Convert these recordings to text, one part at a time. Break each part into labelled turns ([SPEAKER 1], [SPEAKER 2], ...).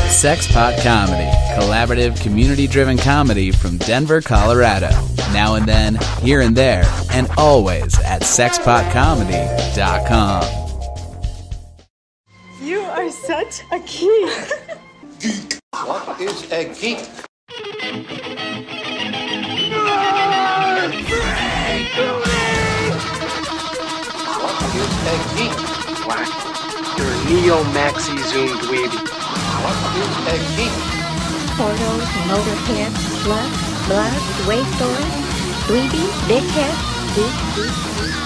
[SPEAKER 1] Sexpot Comedy, collaborative, community driven comedy from Denver, Colorado. Now and then, here and there, and always at sexpotcomedy.com.
[SPEAKER 2] You are such a geek.
[SPEAKER 3] What is a geek? What is a geek?
[SPEAKER 4] You're a neo maxi zoom dweeby.
[SPEAKER 3] What is a geek?
[SPEAKER 5] Portals, motorhead, slut, blood, wasteoid, dweeby, dickhead, geek, geek, geek.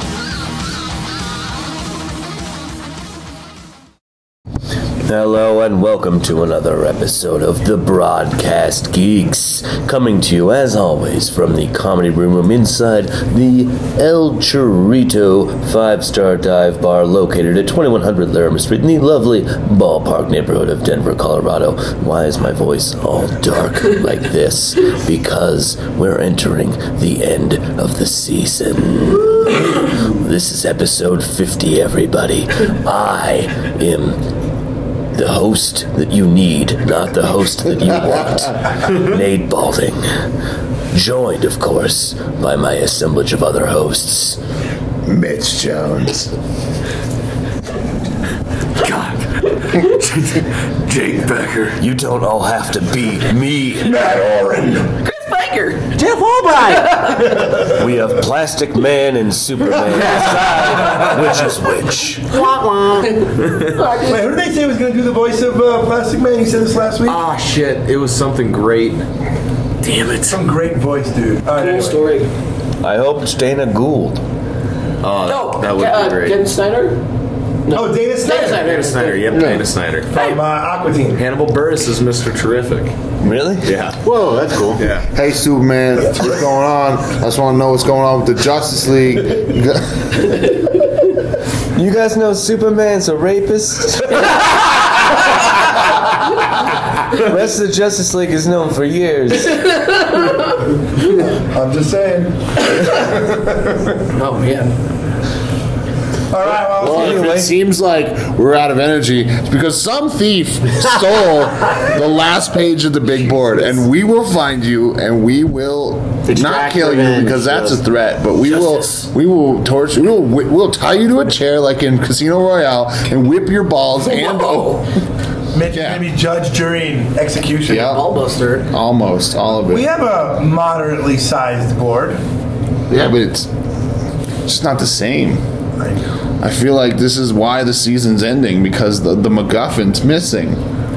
[SPEAKER 6] Hello and welcome to another episode of the Broadcast Geeks, coming to you as always from the comedy room room inside the El Chorito five star dive bar located at 2100 Laramie Street in the lovely ballpark neighborhood of Denver, Colorado. Why is my voice all dark like this? Because we're entering the end of the season. This is episode 50, everybody. I am the host that you need, not the host that you want. Nate Balding. Joined, of course, by my assemblage of other hosts.
[SPEAKER 7] Mitch Jones. God. Jake Becker.
[SPEAKER 6] You don't all have to be me.
[SPEAKER 7] Matt Oren.
[SPEAKER 6] We have Plastic Man and Superman aside, which is which.
[SPEAKER 8] Wait, who did they say was going to do the voice of uh, Plastic Man? He said this last week.
[SPEAKER 9] Ah, shit. It was something great.
[SPEAKER 8] Damn it. Some great voice, dude. All right, anyway.
[SPEAKER 4] Story.
[SPEAKER 6] I hope it's Dana Gould.
[SPEAKER 9] Oh,
[SPEAKER 4] No,
[SPEAKER 9] that would
[SPEAKER 4] uh,
[SPEAKER 9] be great.
[SPEAKER 4] Ken Snyder.
[SPEAKER 8] Oh, Dana
[SPEAKER 4] Dana
[SPEAKER 8] Snyder.
[SPEAKER 4] Snyder.
[SPEAKER 9] Dana Snyder. Yep, Dana Snyder.
[SPEAKER 8] From uh, Aqua Teen.
[SPEAKER 9] Hannibal Burris is Mr. Terrific.
[SPEAKER 6] Really?
[SPEAKER 9] Yeah.
[SPEAKER 10] Whoa, that's cool.
[SPEAKER 9] Yeah.
[SPEAKER 10] Hey, Superman, what's going on? I just want to know what's going on with the Justice League. Wait,
[SPEAKER 6] You guys know Superman's a rapist? Rest of the Justice League is known for years.
[SPEAKER 8] I'm just saying.
[SPEAKER 4] Oh man.
[SPEAKER 8] All right, well,
[SPEAKER 10] Well, if
[SPEAKER 6] Anyway.
[SPEAKER 10] it seems like we're out of energy, it's because some thief stole the last page of the big board, and we will find you, and we will not
[SPEAKER 4] Exact
[SPEAKER 10] kill you
[SPEAKER 4] revenge,
[SPEAKER 10] because that's a threat. But we will, we will torture, we will, whi- we'll tie you to a chair like in Casino Royale and whip your balls and oh,
[SPEAKER 8] Mitch
[SPEAKER 10] yeah.
[SPEAKER 8] maybe judge, jury, and execution.
[SPEAKER 10] yeah,
[SPEAKER 4] Ballbuster.
[SPEAKER 10] almost all of it.
[SPEAKER 8] We have a moderately sized board.
[SPEAKER 10] Yeah, but it's just not the same.
[SPEAKER 8] I know.
[SPEAKER 10] I feel like this is why the season's ending because the, the MacGuffin's missing.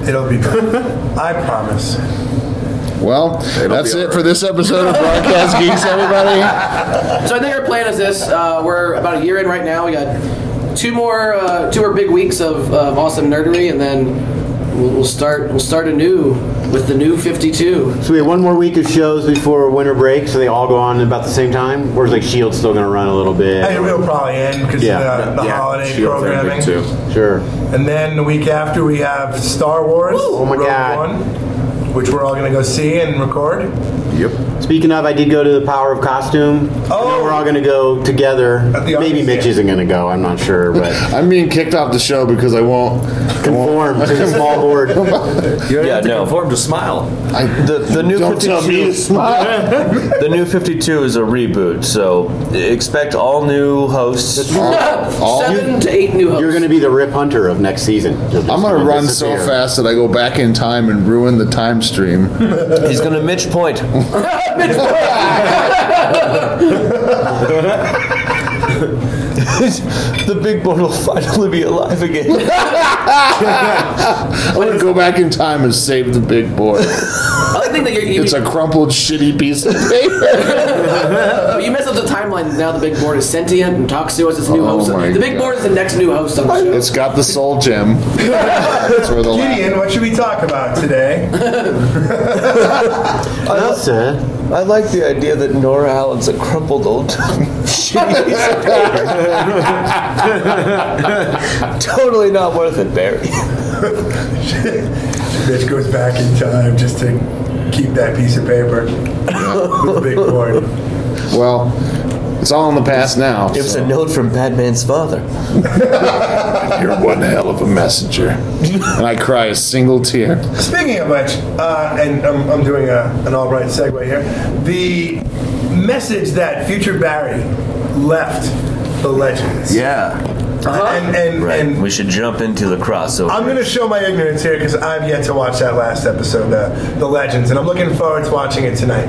[SPEAKER 8] It'll be better. I promise.
[SPEAKER 10] Well, that's it for this episode of Broadcast Geeks, everybody.
[SPEAKER 4] So I think our plan is this: uh, we're about a year in right now. We got two more, uh, two more big weeks of, of awesome nerdery, and then we'll, we'll start. We'll start anew with the new 52.
[SPEAKER 11] So we have one more week of shows before winter break, so they all go on about the same time. Whereas like Shield's still going to run a little bit.
[SPEAKER 8] I think we'll probably end because
[SPEAKER 11] Yeah.
[SPEAKER 8] of the, the holiday programming.
[SPEAKER 9] Too.
[SPEAKER 11] Sure.
[SPEAKER 8] And then the week after, we have Star Wars
[SPEAKER 11] Oh my
[SPEAKER 8] Rogue
[SPEAKER 11] God.
[SPEAKER 8] One, which we're all going to go see and record.
[SPEAKER 9] Yep.
[SPEAKER 11] Speaking of, I did go to the Power of Costume. I know
[SPEAKER 8] Oh.
[SPEAKER 11] we're all going to go together.
[SPEAKER 8] At the
[SPEAKER 11] Maybe
[SPEAKER 8] office,
[SPEAKER 11] Mitch
[SPEAKER 8] yeah.
[SPEAKER 11] isn't going to go. I'm not sure, but
[SPEAKER 10] I'm being kicked off the show because I won't.
[SPEAKER 11] conform to the small board.
[SPEAKER 9] You yeah,
[SPEAKER 8] Oh.
[SPEAKER 6] Yeah,
[SPEAKER 9] have to
[SPEAKER 6] no.
[SPEAKER 9] conform to smile.
[SPEAKER 10] I,
[SPEAKER 6] The, the new
[SPEAKER 10] don't tell me to
[SPEAKER 6] 52
[SPEAKER 10] smile.
[SPEAKER 6] the new 52 is a reboot, so expect all new hosts.
[SPEAKER 10] All-
[SPEAKER 4] Seven to eight new hosts.
[SPEAKER 11] You're going to be the Rip Hunter of next season. You're just
[SPEAKER 10] I'm going to
[SPEAKER 11] gonna
[SPEAKER 10] run so
[SPEAKER 11] disappear.
[SPEAKER 10] fast that I go back in time and ruin the time stream.
[SPEAKER 6] He's gonna Mitch point. the big board will finally be alive again.
[SPEAKER 10] I'm going to go back in time and save the big boy.
[SPEAKER 4] I like to think that you're, you,
[SPEAKER 10] It's a crumpled, shitty piece of paper.
[SPEAKER 4] uh, you messed up the timeline. Now the big board is sentient and talks to us. It's new
[SPEAKER 10] Oh
[SPEAKER 4] host.
[SPEAKER 10] my
[SPEAKER 4] The big
[SPEAKER 10] God.
[SPEAKER 4] board is the next new host on the show.
[SPEAKER 10] It's got the soul gem. That's where the la-
[SPEAKER 8] Gideon, what should we talk about today?
[SPEAKER 11] That's it.
[SPEAKER 6] I like the idea that Nora Allen's a crumpled old shitty piece of paper. totally not worth it, Barry.
[SPEAKER 8] Bitch goes back in time just to keep that piece of paper with the big board.
[SPEAKER 10] Well,
[SPEAKER 12] It's all in the past now. It was a note from Batman's father. You're one hell of a messenger. and I cry a single tear.
[SPEAKER 10] Speaking of which, uh, and I'm, I'm doing a, an Albright segue here, the message that future Barry left the Legends.
[SPEAKER 8] Yeah.
[SPEAKER 10] And, and,
[SPEAKER 8] right. we should jump into the crossover.
[SPEAKER 10] Uh-huh. I'm going to show my ignorance here because I've yet to watch that last episode, uh, The Legends, and I'm looking forward to watching it tonight.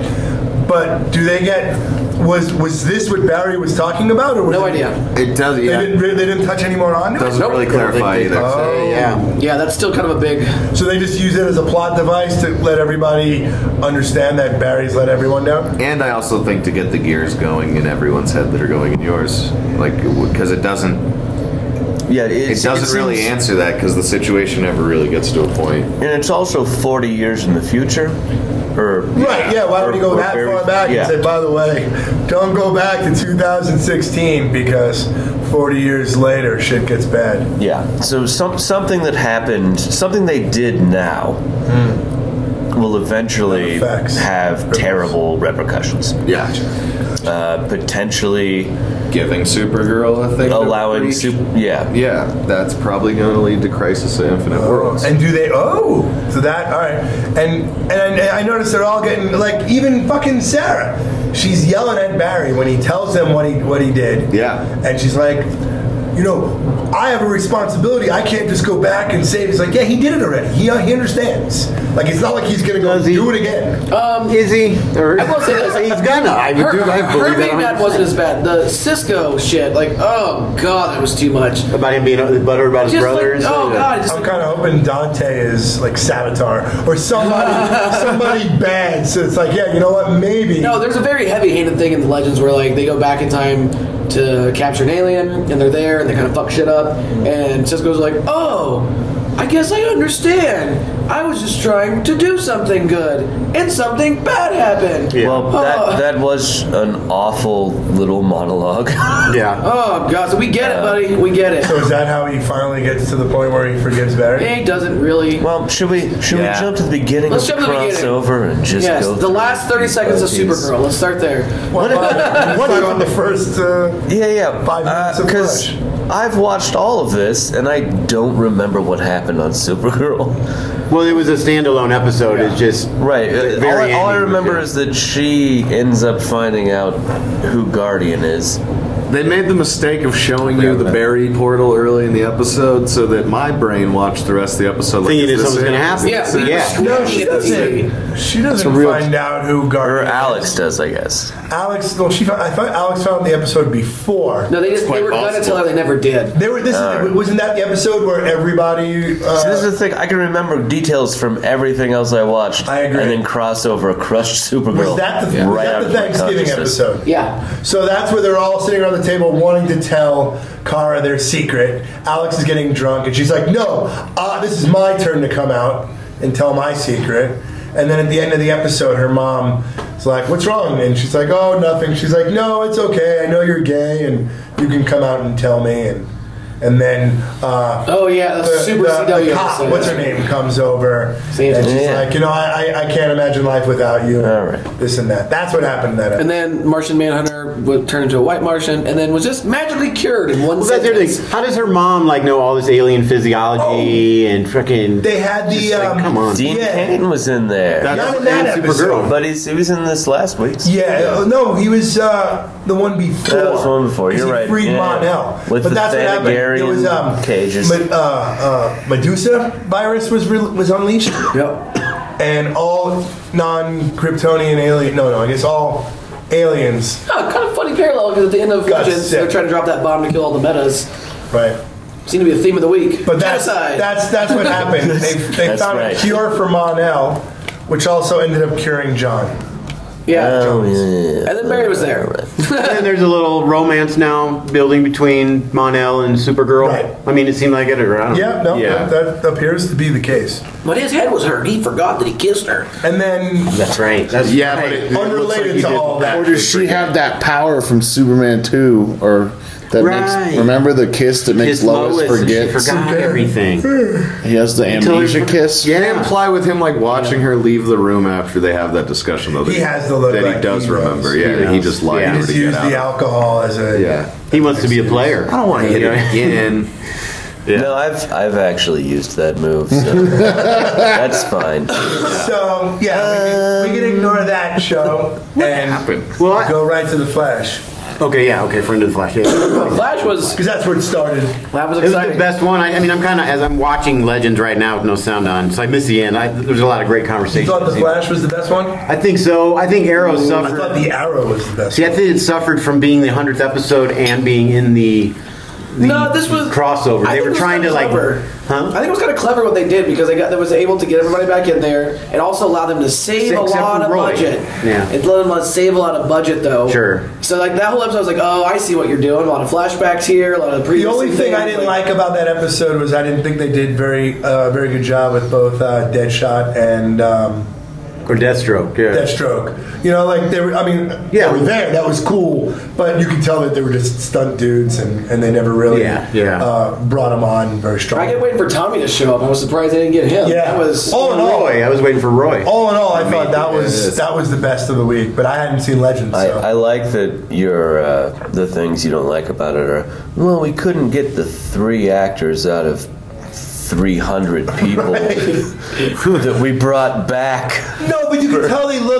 [SPEAKER 10] But do they get. Was was this what Barry was talking about? Or was no idea.
[SPEAKER 8] It does,
[SPEAKER 10] They
[SPEAKER 8] yeah.
[SPEAKER 10] didn't, re- they didn't touch any more on it?
[SPEAKER 8] Doesn't really clarify either.
[SPEAKER 10] Oh. Yeah.
[SPEAKER 4] Yeah, that's still kind of a big.
[SPEAKER 10] So they just use it as a plot device to let everybody understand that Barry's let everyone down?
[SPEAKER 8] And I also think to get the gears going in everyone's head that are going in yours, like because it doesn't.
[SPEAKER 6] Yeah,
[SPEAKER 8] it doesn't
[SPEAKER 6] it
[SPEAKER 8] really
[SPEAKER 6] seems-
[SPEAKER 8] answer that because the situation never really gets to a point.
[SPEAKER 6] And it's also 40 years in the future. Or
[SPEAKER 10] Right, yeah, why would you go
[SPEAKER 6] or
[SPEAKER 10] that
[SPEAKER 6] very-
[SPEAKER 10] far back
[SPEAKER 6] yeah.
[SPEAKER 10] and say, by the way, don't go back to 2016 because 40 years later shit gets bad?
[SPEAKER 6] Yeah. So some something that happened, something they did now,
[SPEAKER 10] Hmm.
[SPEAKER 6] will eventually have terrible repercussions.
[SPEAKER 8] Yeah.
[SPEAKER 6] Uh, potentially
[SPEAKER 8] giving Supergirl a thing,
[SPEAKER 6] allowing super, yeah,
[SPEAKER 8] yeah, that's probably going to lead to Crisis of Infinite Worlds.
[SPEAKER 10] And do they? Oh, so that all right. And and, and I noticed they're all getting like even fucking Sarah. She's yelling at Barry when he tells them what he what he did.
[SPEAKER 8] Yeah.
[SPEAKER 10] And she's like, you know, I have a responsibility. I can't just go back and save. He's like, yeah, he did it already. He uh, he understands. Like it's not like he's gonna go do it again.
[SPEAKER 4] Um,
[SPEAKER 10] is he?
[SPEAKER 4] I will say this.
[SPEAKER 10] He's gonna. I
[SPEAKER 4] her,
[SPEAKER 10] do- I believe
[SPEAKER 4] her
[SPEAKER 10] that
[SPEAKER 4] big bad wasn't as bad. The Cisco shit, like, oh god, that was too much.
[SPEAKER 9] About him being butter about his
[SPEAKER 4] Just
[SPEAKER 9] brother.
[SPEAKER 4] like-
[SPEAKER 9] and stuff.
[SPEAKER 4] oh, God,
[SPEAKER 10] I'm kind of hoping Dante is like Savitar or somebody, somebody bad. So it's like, yeah, you know what? Maybe
[SPEAKER 4] No, there's a very heavy-handed thing in the Legends where like they go back in time to capture an alien, and they're there, and they kind of fuck shit up, and Cisco's like, "Oh, I guess I understand. I was just trying to do something good, and something bad happened."
[SPEAKER 6] Well,
[SPEAKER 4] Oh.
[SPEAKER 6] that that was an awful little monologue.
[SPEAKER 9] yeah.
[SPEAKER 4] Oh god, so we get it, buddy. We get it.
[SPEAKER 10] So is that how he finally gets to the point where he forgives Barry?
[SPEAKER 4] He doesn't really.
[SPEAKER 6] Well, should we should we
[SPEAKER 4] Yeah.
[SPEAKER 6] jump to the beginning
[SPEAKER 4] Let's
[SPEAKER 6] of
[SPEAKER 4] jump to the beginning.
[SPEAKER 6] crossover and just
[SPEAKER 4] yes,
[SPEAKER 6] go?
[SPEAKER 4] the last 30 seconds of
[SPEAKER 6] Piece.
[SPEAKER 4] Supergirl. Let's start there.
[SPEAKER 10] What,
[SPEAKER 6] what if-
[SPEAKER 10] on the first? Uh,
[SPEAKER 6] yeah, yeah.
[SPEAKER 10] Five minutes of
[SPEAKER 6] Because I've watched all of this and I don't remember what happened on Supergirl.
[SPEAKER 9] Well, it was a standalone episode. It's just
[SPEAKER 6] right.
[SPEAKER 9] the
[SPEAKER 6] Uh,
[SPEAKER 9] very
[SPEAKER 6] all, I, all I
[SPEAKER 9] ending was
[SPEAKER 6] remember
[SPEAKER 9] good.
[SPEAKER 6] is that she ends up finding out who Guardian is.
[SPEAKER 8] They made the mistake of showing you the Barry portal early in the episode so that my brain watched the rest of the episode.
[SPEAKER 9] Thinking that
[SPEAKER 8] is this
[SPEAKER 9] something's
[SPEAKER 8] it?
[SPEAKER 9] gonna happen.
[SPEAKER 8] Is this
[SPEAKER 9] Yeah,
[SPEAKER 8] it?
[SPEAKER 9] we were
[SPEAKER 10] No, she doesn't. She doesn't find out who Guardian.
[SPEAKER 6] Or Alex does, I guess.
[SPEAKER 10] Alex, no, she. Found, I thought Alex found the episode before.
[SPEAKER 4] No, they just they were gonna tell her they never did.
[SPEAKER 10] They were. This is, wasn't that the episode where everybody. Uh,
[SPEAKER 6] So this is the thing. I can remember details from everything else I watched. I agree. And then crossover, crushed Supergirl.
[SPEAKER 10] was that the, was
[SPEAKER 6] right
[SPEAKER 10] that
[SPEAKER 6] out
[SPEAKER 10] the
[SPEAKER 6] of my
[SPEAKER 10] Thanksgiving
[SPEAKER 6] consciousness.
[SPEAKER 10] episode?
[SPEAKER 4] Yeah.
[SPEAKER 10] So that's where they're all sitting around the table wanting to tell Kara their secret. Alex is getting drunk, and she's like, "No, uh, this is my turn to come out and tell my secret." And then at the end of the episode, her mom is like, "What's wrong?" And she's like, "Oh, nothing." She's like, "No, it's okay. I know you're gay, and you can come out and tell me." And and then uh,
[SPEAKER 4] Oh, yeah, that's super CW
[SPEAKER 10] cop,
[SPEAKER 4] episode.
[SPEAKER 10] what's her name, comes over, and she's
[SPEAKER 4] Yeah.
[SPEAKER 10] like, "You know, I, I, I can't imagine life without you." All
[SPEAKER 6] right.
[SPEAKER 10] This and that. That's what happened in that episode.
[SPEAKER 4] And then Martian Manhunter would turn into a white Martian, and then was just magically cured in one
[SPEAKER 9] Well, that's the other
[SPEAKER 4] sentence.
[SPEAKER 9] thing. How does her mom like know all this alien physiology
[SPEAKER 8] Oh.
[SPEAKER 9] and freaking?
[SPEAKER 10] They had the. Um,
[SPEAKER 9] come on,
[SPEAKER 6] Dean Kane was in there.
[SPEAKER 9] That's Not in that
[SPEAKER 6] And
[SPEAKER 9] episode.
[SPEAKER 6] But he's, he was in this last week's.
[SPEAKER 10] Yeah, oh, no, he was uh, the one before.
[SPEAKER 6] That was the one before.
[SPEAKER 10] 'Cause
[SPEAKER 6] You're
[SPEAKER 10] he
[SPEAKER 6] right.
[SPEAKER 10] Freed
[SPEAKER 6] Yeah.
[SPEAKER 10] Monel,
[SPEAKER 6] With
[SPEAKER 10] but
[SPEAKER 6] the
[SPEAKER 10] that's what happened. It was
[SPEAKER 6] Thanagarian
[SPEAKER 10] um,
[SPEAKER 6] cages.
[SPEAKER 10] Ma- uh, uh, Medusa virus was re- was unleashed.
[SPEAKER 4] Yep.
[SPEAKER 10] And all non-Kryptonian alien, no, no, I guess all aliens
[SPEAKER 4] Oh, kind of funny parallel because at the end of
[SPEAKER 10] Got
[SPEAKER 4] Legends,
[SPEAKER 10] sick.
[SPEAKER 4] they're trying to drop that bomb to kill all the metas.
[SPEAKER 10] Right.
[SPEAKER 4] Seemed to be the theme of the week.
[SPEAKER 10] But that's that's that's what happened. They, they
[SPEAKER 4] That's
[SPEAKER 10] found
[SPEAKER 4] right.
[SPEAKER 10] a cure for Monel, which also ended up curing John.
[SPEAKER 4] Yeah.
[SPEAKER 6] Oh,
[SPEAKER 4] And then Barry was there.
[SPEAKER 9] and there's a little romance now building between Monel and Supergirl. I mean, it seemed like it, or I don't
[SPEAKER 10] Yeah,
[SPEAKER 9] know.
[SPEAKER 10] no, That, that appears to be the case.
[SPEAKER 4] But his head was hurt. He forgot that he kissed her.
[SPEAKER 10] And then
[SPEAKER 9] that's right.
[SPEAKER 12] That's Yeah, right. but it- it looks
[SPEAKER 10] unrelated to all that.
[SPEAKER 12] Or does she have that power from Superman 2 or
[SPEAKER 13] That makes remember the kiss that makes
[SPEAKER 8] Kissed
[SPEAKER 13] Lois
[SPEAKER 8] Lois and she
[SPEAKER 13] forget
[SPEAKER 8] forgot everything.
[SPEAKER 13] He has the amnesia kiss.
[SPEAKER 14] Yeah, they imply with him like watching her leave the room after they have that discussion though. That
[SPEAKER 9] He has the look
[SPEAKER 14] that
[SPEAKER 9] like
[SPEAKER 14] he does
[SPEAKER 9] he knows.
[SPEAKER 14] remember.
[SPEAKER 9] He
[SPEAKER 14] Yeah, that he
[SPEAKER 9] knows.
[SPEAKER 14] just lied to her
[SPEAKER 9] Yeah. He just
[SPEAKER 14] to get
[SPEAKER 9] used
[SPEAKER 14] out.
[SPEAKER 9] the alcohol as a
[SPEAKER 14] yeah.
[SPEAKER 8] He wants to be a player.
[SPEAKER 14] I don't want to hit
[SPEAKER 8] You
[SPEAKER 14] it
[SPEAKER 8] know?
[SPEAKER 14] again.
[SPEAKER 6] No, I've I've actually used that move. So that's fine.
[SPEAKER 9] So yeah, we, can, we can ignore that show and go right to the Flash.
[SPEAKER 8] Okay, yeah, okay, friend of the Flash.
[SPEAKER 10] Oh.
[SPEAKER 8] Yeah.
[SPEAKER 4] Flash was
[SPEAKER 9] because that's where it started.
[SPEAKER 4] That
[SPEAKER 8] It was the best one. I, I mean, I'm kind of as I'm watching Legends right now with no sound on, so I miss the end. I, there's a lot of great
[SPEAKER 9] You
[SPEAKER 8] conversation.
[SPEAKER 9] thought the Flash was the best one?
[SPEAKER 8] I think so. I think Arrow
[SPEAKER 9] I
[SPEAKER 8] suffered.
[SPEAKER 9] thought the Arrow was the best.
[SPEAKER 8] See, I think it suffered from being the hundredth episode and being in the, the
[SPEAKER 4] No, this was-
[SPEAKER 8] crossover. They
[SPEAKER 4] I think
[SPEAKER 8] were
[SPEAKER 4] it was
[SPEAKER 8] trying to
[SPEAKER 4] kinda
[SPEAKER 8] like,
[SPEAKER 4] clever.
[SPEAKER 8] huh?
[SPEAKER 4] I think it was kind of clever what they did because they got they was able to get everybody back in there and also allow them to save a
[SPEAKER 8] Except for
[SPEAKER 4] lot of
[SPEAKER 8] Roy.
[SPEAKER 4] budget.
[SPEAKER 8] Yeah.
[SPEAKER 4] It let them uh, save a lot of budget though.
[SPEAKER 8] Sure.
[SPEAKER 4] So like that whole episode I was like, oh, I see what you're doing. A lot of flashbacks here, a lot of previous.
[SPEAKER 9] The only thing I didn't like about that episode was I didn't think they did very uh, very good job with both uh, Deadshot and um,
[SPEAKER 8] Or Deathstroke. Yeah.
[SPEAKER 9] Deathstroke. You know, like they were. I mean, yeah, they were there. That was cool, but you could tell that they were just stunt dudes, and, and they never really
[SPEAKER 8] Yeah, yeah.
[SPEAKER 9] Uh, brought them on very strong.
[SPEAKER 4] I kept waiting for Tommy to show up. I was surprised they didn't get him.
[SPEAKER 9] Yeah.
[SPEAKER 4] That was
[SPEAKER 9] All in all- Roy.
[SPEAKER 8] I was waiting for Roy.
[SPEAKER 9] All in all, I,
[SPEAKER 6] I
[SPEAKER 9] thought
[SPEAKER 6] mean,
[SPEAKER 9] that
[SPEAKER 6] it
[SPEAKER 9] was
[SPEAKER 6] is.
[SPEAKER 9] that was the best of the week, but I hadn't seen Legends.
[SPEAKER 6] I,
[SPEAKER 9] so.
[SPEAKER 6] I like that your uh, the things you don't like about it are well we couldn't get the three actors out of 300 people that we brought back
[SPEAKER 9] No, but you could tell they looked.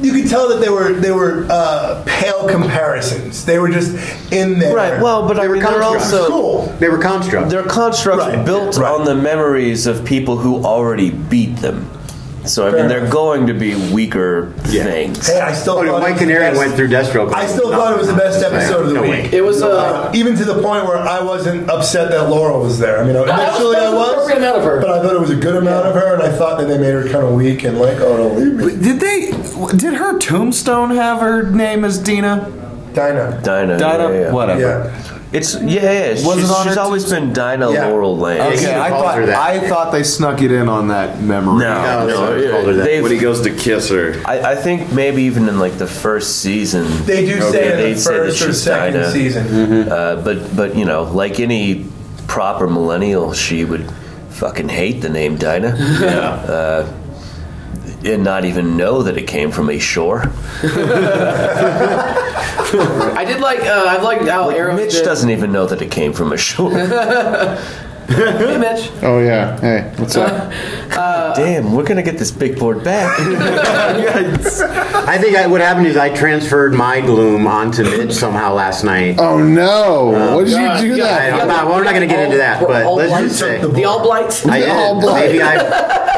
[SPEAKER 9] You could tell that they were they were uh, pale comparisons. They were just in there. Right.
[SPEAKER 6] Well, but I mean, they're also
[SPEAKER 8] they were constructs.
[SPEAKER 6] They're constructs built on the memories of people who already beat them. So I mean, they're going to be weaker things.
[SPEAKER 9] Hey, I
[SPEAKER 8] Oh,
[SPEAKER 9] still. thought it was the best- I still thought it was the best episode of the week.
[SPEAKER 4] It was,
[SPEAKER 9] uh, even to the point where I wasn't upset that Laura was there. I mean, eventually I was. But I thought it was a good amount of her, and I thought that they made her kind of weak and like, oh, don't leave me.
[SPEAKER 15] Did they? Did her tombstone have her name as Dina?
[SPEAKER 9] Dinah.
[SPEAKER 6] Dinah.
[SPEAKER 15] Dinah.
[SPEAKER 6] yeah, yeah.
[SPEAKER 15] Whatever.
[SPEAKER 6] It's yeah, yeah. She's,
[SPEAKER 15] Wasn't on
[SPEAKER 6] she's
[SPEAKER 15] her
[SPEAKER 6] always been Dinah
[SPEAKER 15] Yeah.
[SPEAKER 6] Laurel Lane.
[SPEAKER 15] Okay, I thought I thought they snuck it in on that memory.
[SPEAKER 6] No, no, they've-
[SPEAKER 15] when he goes to kiss her.
[SPEAKER 6] I, I think maybe even in like the first season,
[SPEAKER 9] They do say in the first or second season.
[SPEAKER 6] Uh, but but you know, like any proper millennial, she would fucking hate the name Dinah.
[SPEAKER 8] Yeah.
[SPEAKER 6] Uh, and not even know that it came from a shore.
[SPEAKER 4] I did like. Uh, I liked how Arrow.
[SPEAKER 6] Mitch
[SPEAKER 4] did-
[SPEAKER 6] doesn't even know that it came from a shore.
[SPEAKER 4] hey, Mitch.
[SPEAKER 13] Oh yeah. Hey, what's up?
[SPEAKER 6] Damn, we're gonna get this big board back.
[SPEAKER 8] I think I, what happened is I transferred my gloom onto Mitch somehow last night.
[SPEAKER 13] Oh no! what did
[SPEAKER 8] God.
[SPEAKER 10] Oh,
[SPEAKER 13] you do
[SPEAKER 8] God,
[SPEAKER 13] that?
[SPEAKER 8] I'm not- we're not going to get into that, but let's just say
[SPEAKER 4] The All Blights.
[SPEAKER 8] I did.
[SPEAKER 13] All blight.
[SPEAKER 8] Maybe I.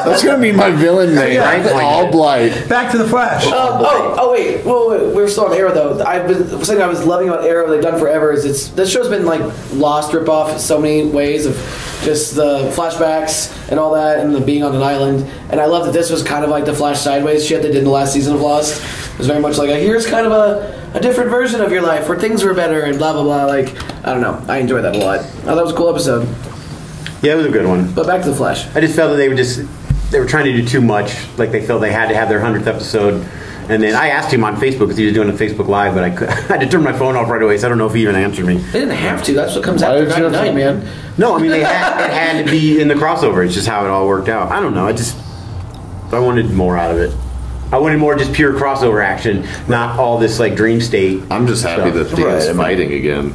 [SPEAKER 13] That's gonna be my villain name.
[SPEAKER 8] Yeah.
[SPEAKER 13] All blight.
[SPEAKER 9] Back to the Flash.
[SPEAKER 4] Um, oh, oh wait, whoa, wait, we were still on Arrow though. I've been something I was loving about Arrow they've done forever is it's this show's been like lost ripoff in so many ways of just the flashbacks and all that and the being on an island. And I love that this was kind of like the Flash sideways shit they did in the last season of Lost. It was very much like a, here's kind of a, a different version of your life where things were better and blah blah blah. Like I don't know, I enjoyed that a lot. I thought it was a cool episode.
[SPEAKER 8] Yeah, it was a good one.
[SPEAKER 4] But back to the Flash.
[SPEAKER 8] I just felt that they were just they were trying to do too much. Like they felt they had to have their hundredth episode. And then I asked him on Facebook because he was doing a Facebook live, but I, could, I had to turn my phone off right away, so I don't know if he even answered me.
[SPEAKER 4] They didn't have to. That's what comes after
[SPEAKER 8] did you
[SPEAKER 4] Night
[SPEAKER 8] have to-
[SPEAKER 4] Night, man.
[SPEAKER 8] No, I mean they had, it had to be in the crossover. It's just how it all worked out. I don't know. I just I wanted more out of it. I wanted more just pure crossover action, not all this like dream state.
[SPEAKER 14] I'm just happy that Theo's fighting again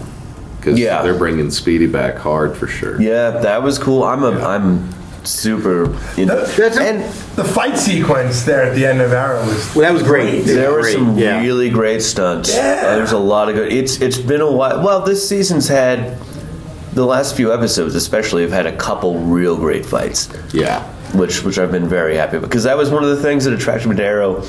[SPEAKER 14] because
[SPEAKER 6] Yeah.
[SPEAKER 14] they're bringing Speedy back hard for sure.
[SPEAKER 6] yeah, that was cool. I'm a am super. You know,
[SPEAKER 9] and the fight sequence there at the end of Arrow was
[SPEAKER 8] well, that was great.
[SPEAKER 6] There were some really great stunts. Uh, there's a lot of good. It's it's been a while. Well, this season's had the last few episodes, especially, have had a couple real great fights.
[SPEAKER 14] Yeah,
[SPEAKER 6] which which I've been very happy because that was one of the things that attracted me to Arrow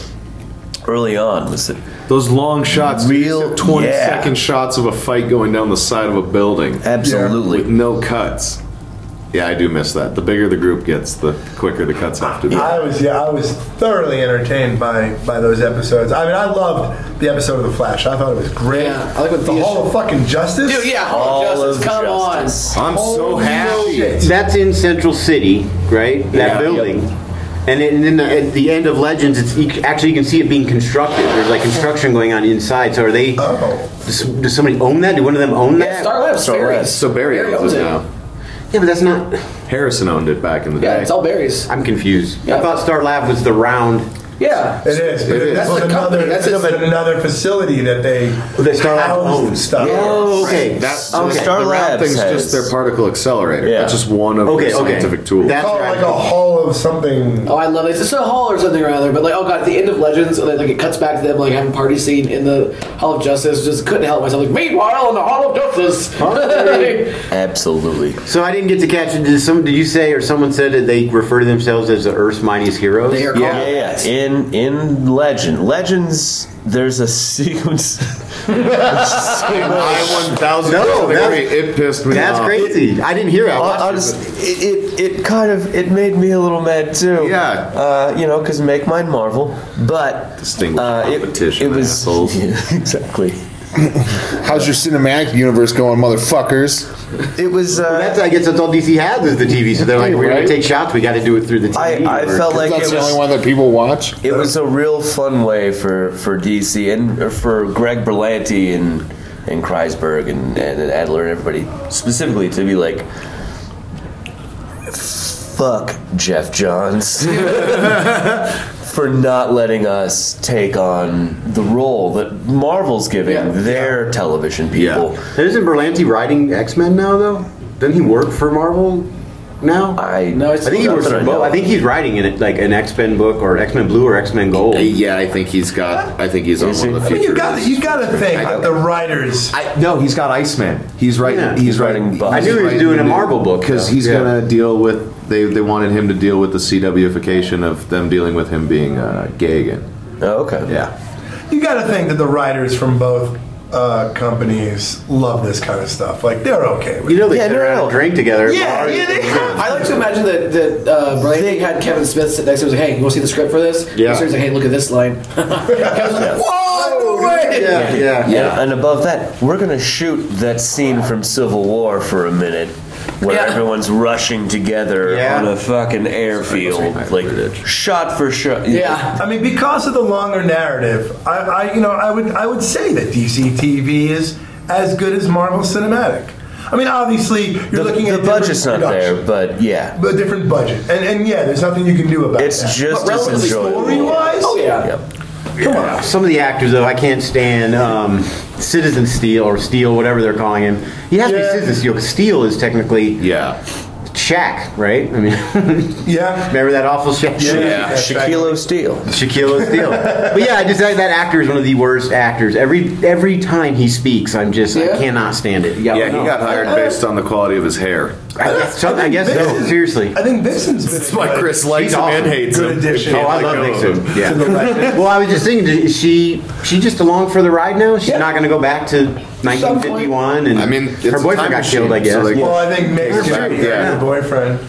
[SPEAKER 6] early on was that
[SPEAKER 14] Those long shots, real 20
[SPEAKER 6] yeah.
[SPEAKER 14] second shots of a fight going down the side of a building.
[SPEAKER 6] Absolutely.
[SPEAKER 14] With no cuts. Yeah, I do miss that. The bigger the group gets, the quicker the cuts have to be.
[SPEAKER 9] I was yeah, I was thoroughly entertained by by those episodes. I mean, I loved the episode of the Flash. I thought it was great. I like the Hall of fucking Justice.
[SPEAKER 4] Dude, yeah, Hall of Justice. Come on.
[SPEAKER 14] I'm so happy.
[SPEAKER 8] That's in Central City, right?
[SPEAKER 14] Yeah.
[SPEAKER 8] That building. And, it, and then the, at the end of Legends, it's you, c- actually you can see it being constructed. There's like construction going on inside. So are they?
[SPEAKER 10] Oh.
[SPEAKER 8] Does, does somebody own that? Do one of them own that?
[SPEAKER 4] Starlab's Barry's.
[SPEAKER 9] So Barry
[SPEAKER 4] Barry
[SPEAKER 9] owns
[SPEAKER 4] owns
[SPEAKER 9] it
[SPEAKER 4] it.
[SPEAKER 9] now.
[SPEAKER 8] Yeah, but that's not.
[SPEAKER 9] Harrison owned it back in the
[SPEAKER 4] Yeah,
[SPEAKER 9] day.
[SPEAKER 4] it's all berries.
[SPEAKER 8] I'm confused. I thought Star Lab was the round.
[SPEAKER 4] Yeah,
[SPEAKER 10] It is. But
[SPEAKER 8] It
[SPEAKER 10] That's
[SPEAKER 8] is.
[SPEAKER 10] another. That's another facility that they
[SPEAKER 8] that Starlab
[SPEAKER 10] owns stuff.
[SPEAKER 8] Oh, okay.
[SPEAKER 9] That, so
[SPEAKER 8] Okay.
[SPEAKER 9] the-
[SPEAKER 8] Star
[SPEAKER 9] the round
[SPEAKER 8] Labs
[SPEAKER 9] thing's
[SPEAKER 8] has-
[SPEAKER 9] just their particle accelerator.
[SPEAKER 8] Yeah.
[SPEAKER 9] That's just one of
[SPEAKER 8] Okay,
[SPEAKER 9] their
[SPEAKER 8] okay.
[SPEAKER 9] scientific tools.
[SPEAKER 8] That's
[SPEAKER 10] Call it like a hall of something.
[SPEAKER 4] Oh, I love it. It's just a hall or something or other. But like, oh god, at the end of Legends, and then, like it cuts back to them like having a party scene in the Hall of Justice. Just couldn't help myself. Like meanwhile in the Hall of Justice.
[SPEAKER 8] Absolutely. So I didn't get to catch it. Did some? Did you say or someone said that they refer to themselves as the Earth's Mightiest Heroes?
[SPEAKER 6] They are called- Yeah, yeah, In in Legend, Legends, there's a sequence.
[SPEAKER 9] I one thousand.
[SPEAKER 6] No, that's-
[SPEAKER 9] it pissed me. off.
[SPEAKER 6] Honestly, it, it it kind of it made me a little mad too. Yeah. Uh, you know, because make mine Marvel, but distinguished competition. It, was Yeah, exactly.
[SPEAKER 16] How's your cinematic universe going, motherfuckers?
[SPEAKER 6] It was. Uh,
[SPEAKER 8] that's I guess that's all DC has is the TV. So they're like, we're
[SPEAKER 16] Right?
[SPEAKER 8] gonna take shots. We got to do it through the TV.
[SPEAKER 6] I
[SPEAKER 8] or-
[SPEAKER 6] felt like
[SPEAKER 16] That's
[SPEAKER 6] it
[SPEAKER 16] the
[SPEAKER 6] was-
[SPEAKER 16] only one that people watch.
[SPEAKER 6] It was a real fun way for, for DC and or for Greg Berlanti and and Kreisberg and, and Adler and everybody specifically to be like, fuck Jeff Johns for not letting us take on the role that Marvel's giving their television people.
[SPEAKER 8] And isn't Berlanti writing X Men now though? Doesn't he work for Marvel now?
[SPEAKER 6] I
[SPEAKER 8] no, I think he
[SPEAKER 9] not
[SPEAKER 8] works
[SPEAKER 9] that
[SPEAKER 8] for
[SPEAKER 9] I
[SPEAKER 8] both.
[SPEAKER 9] know
[SPEAKER 8] I think he's writing in it like an X Men book or X Men Blue or X Men Gold.
[SPEAKER 9] Yeah, I think he's got. I think he's on one of the
[SPEAKER 10] I mean,
[SPEAKER 9] future.
[SPEAKER 10] you got you got to think that the writers.
[SPEAKER 9] I, no, he's got Iceman. He's writing.
[SPEAKER 10] Yeah.
[SPEAKER 9] He's writing.
[SPEAKER 8] Buffy. I knew he was doing a Marvel book,
[SPEAKER 9] because
[SPEAKER 8] though.
[SPEAKER 9] he's
[SPEAKER 8] Yeah.
[SPEAKER 9] gonna deal with. They they wanted him to deal with the CWification of them dealing with him being uh, gay again.
[SPEAKER 6] Oh, okay.
[SPEAKER 9] Yeah.
[SPEAKER 10] You got to think that the writers from both uh, companies love this kind of stuff. Like they're okay with.
[SPEAKER 8] You know, they sit around and drink together.
[SPEAKER 4] Yeah, yeah, they have. I like to imagine that that uh, Berlanti had Kevin Smith sit next to him. and Was like, hey, you want to see the script for this?
[SPEAKER 6] Yeah.
[SPEAKER 4] And so He's like, hey, look at this line.
[SPEAKER 8] Yeah, yeah,
[SPEAKER 6] And- And, above that, we're gonna shoot that scene from Civil War for a minute, where everyone's rushing together on a fucking airfield, like shot for shot.
[SPEAKER 10] I mean, because of the longer narrative, I, I, you know, I would, I would say that DC TV is as good as Marvel Cinematic. I mean, obviously, you're looking
[SPEAKER 6] the
[SPEAKER 10] at a different
[SPEAKER 6] budget's not
[SPEAKER 10] production,
[SPEAKER 6] there, but yeah,
[SPEAKER 10] but a different budget, and and yeah, there's nothing you can do about it.
[SPEAKER 6] It's just
[SPEAKER 10] but
[SPEAKER 6] as
[SPEAKER 10] relatively
[SPEAKER 6] enjoyable.
[SPEAKER 10] story-wise,
[SPEAKER 4] oh yeah.
[SPEAKER 8] Come on. Some of the actors, though, I can't stand um, Citizen Steel or Steel, whatever they're calling him. He has to be Citizen Steel because Steel is technically
[SPEAKER 9] yeah,
[SPEAKER 8] Shaq, right? I mean,
[SPEAKER 10] yeah.
[SPEAKER 8] Remember that awful Shaq?
[SPEAKER 6] Yeah. Yeah. Shaquille O'Steal.
[SPEAKER 8] Shaquille O'Steal. but yeah, I just that that actor is one of the worst actors. Every every time he speaks, I'm just I cannot stand it.
[SPEAKER 9] Yeah, he got hired based on the quality of his hair.
[SPEAKER 8] I guess, so- I guess so. Seriously,
[SPEAKER 10] I think Vixen's That's
[SPEAKER 9] why Chris likes him and hates him.
[SPEAKER 8] Oh, I love Nixon. Yeah.
[SPEAKER 9] Yeah.
[SPEAKER 8] well, I was just thinking, is she she just along for the ride now? She's not going to go back to 1951, and
[SPEAKER 9] I mean, it's
[SPEAKER 8] her
[SPEAKER 9] a time
[SPEAKER 8] boyfriend got
[SPEAKER 9] machine,
[SPEAKER 8] killed. I guess.
[SPEAKER 9] so, like,
[SPEAKER 10] Well, I think Mick's
[SPEAKER 9] Yeah.
[SPEAKER 10] your
[SPEAKER 9] Yeah.
[SPEAKER 10] boyfriend.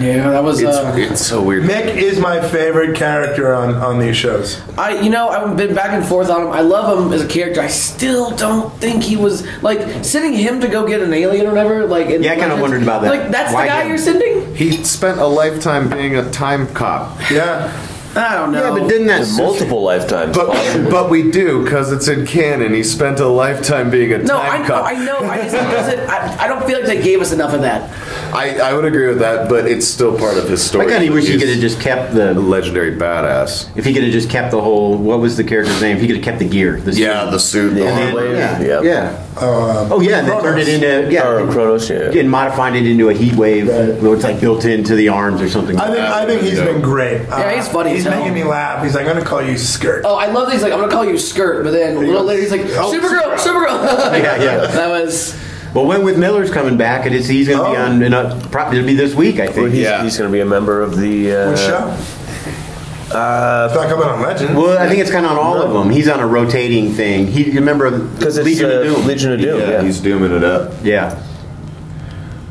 [SPEAKER 4] Yeah, that was.
[SPEAKER 9] It's,
[SPEAKER 4] uh,
[SPEAKER 9] it's so weird.
[SPEAKER 10] Mick is my favorite character on on these shows.
[SPEAKER 4] I, you know, I've been back and forth on him. I love him as a character. I still don't think he was like sending him to go get an alien or whatever. Like, in
[SPEAKER 8] Yeah, I kinda
[SPEAKER 4] Legends,
[SPEAKER 8] wondered about that.
[SPEAKER 4] Like, that's
[SPEAKER 8] Why
[SPEAKER 4] the guy
[SPEAKER 8] him?
[SPEAKER 4] you're sending?
[SPEAKER 9] He spent a lifetime being a time cop.
[SPEAKER 10] Yeah.
[SPEAKER 4] I don't know.
[SPEAKER 8] Yeah, but didn't that
[SPEAKER 6] multiple lifetimes?
[SPEAKER 9] But but we do because it's in canon. He spent a lifetime being a
[SPEAKER 4] No, I
[SPEAKER 9] time
[SPEAKER 4] know,
[SPEAKER 9] cop.
[SPEAKER 4] I know. I just it doesn't. I, I don't feel like they gave us enough of that.
[SPEAKER 9] I, I would agree with that, but it's still part of his story.
[SPEAKER 8] I kinda wish he
[SPEAKER 9] He's
[SPEAKER 8] could have just kept the
[SPEAKER 9] legendary badass.
[SPEAKER 8] If he could have just kept the whole, what was the character's name? If he could have kept the gear, the
[SPEAKER 9] yeah, the suit,
[SPEAKER 8] the
[SPEAKER 9] armor.
[SPEAKER 8] yeah,
[SPEAKER 6] Yep.
[SPEAKER 8] yeah.
[SPEAKER 10] Um,
[SPEAKER 8] oh yeah, and they turned it into yeah,
[SPEAKER 6] Or Kronos, yeah.
[SPEAKER 8] and modified it into a heat wave. where It's like built into the arms or something.
[SPEAKER 10] I think I think he's been great. Uh,
[SPEAKER 4] Yeah, he's funny
[SPEAKER 10] He's
[SPEAKER 4] as hell.
[SPEAKER 10] making me laugh. He's like, I'm gonna call you skirt.
[SPEAKER 4] Oh, I love that he's like, I'm gonna call you Skirt, but then a little later he's like,
[SPEAKER 10] Oh,
[SPEAKER 4] Supergirl, Supergirl.
[SPEAKER 8] yeah, yeah.
[SPEAKER 4] That was.
[SPEAKER 8] Well, when with Miller's coming back, it is he's going to be on. And, uh, probably it'll be this week, I think.
[SPEAKER 6] he's, he's going to be a member of the. Uh,
[SPEAKER 10] What show?
[SPEAKER 6] Uh,
[SPEAKER 10] it's not coming on Legend.
[SPEAKER 8] Well, I think it's kind of on all of them. He's on a rotating thing. He you remember because
[SPEAKER 6] it's,
[SPEAKER 8] Legion
[SPEAKER 6] uh,
[SPEAKER 8] of Doom.
[SPEAKER 6] Legion of Doom, Yeah, yeah. he's
[SPEAKER 9] dooming it up.
[SPEAKER 8] Yeah.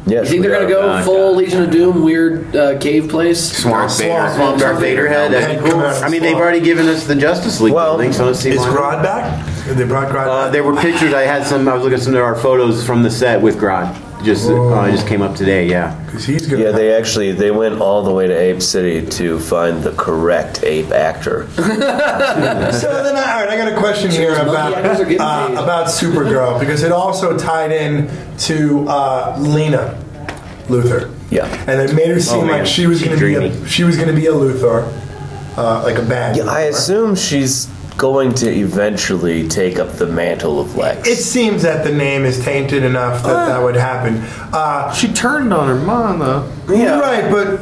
[SPEAKER 6] Yeah.
[SPEAKER 4] You think they're gonna go full Legion of Doom weird uh, cave place?
[SPEAKER 8] Swamp Vader, Swamp Darth Vader head. That'd be cool. I mean, they've already given us the Justice League building, so let's see.
[SPEAKER 10] Is
[SPEAKER 8] why not.
[SPEAKER 10] Grodd back? They brought Grodd.
[SPEAKER 8] Uh, there were pictures. I had some. I was looking at some of our photos from the set with Grodd. Just oh, I just came up today. Yeah.
[SPEAKER 6] yeah, they actually they went all the way to Ape City to find the correct ape actor.
[SPEAKER 10] so then, I, all right, I got a question here about uh, about Supergirl because it also tied in to uh, Lena Luthor.
[SPEAKER 6] Yeah,
[SPEAKER 10] and it made her seem
[SPEAKER 6] Oh, man.
[SPEAKER 10] like she was going to be a, she was going to be a Luthor, uh, like a bad.
[SPEAKER 6] Yeah, I assume she's going to eventually take up the mantle of Lex.
[SPEAKER 10] It seems that the name is tainted enough that that would happen. Uh,
[SPEAKER 9] she turned on her mom, though.
[SPEAKER 10] Yeah. Right, but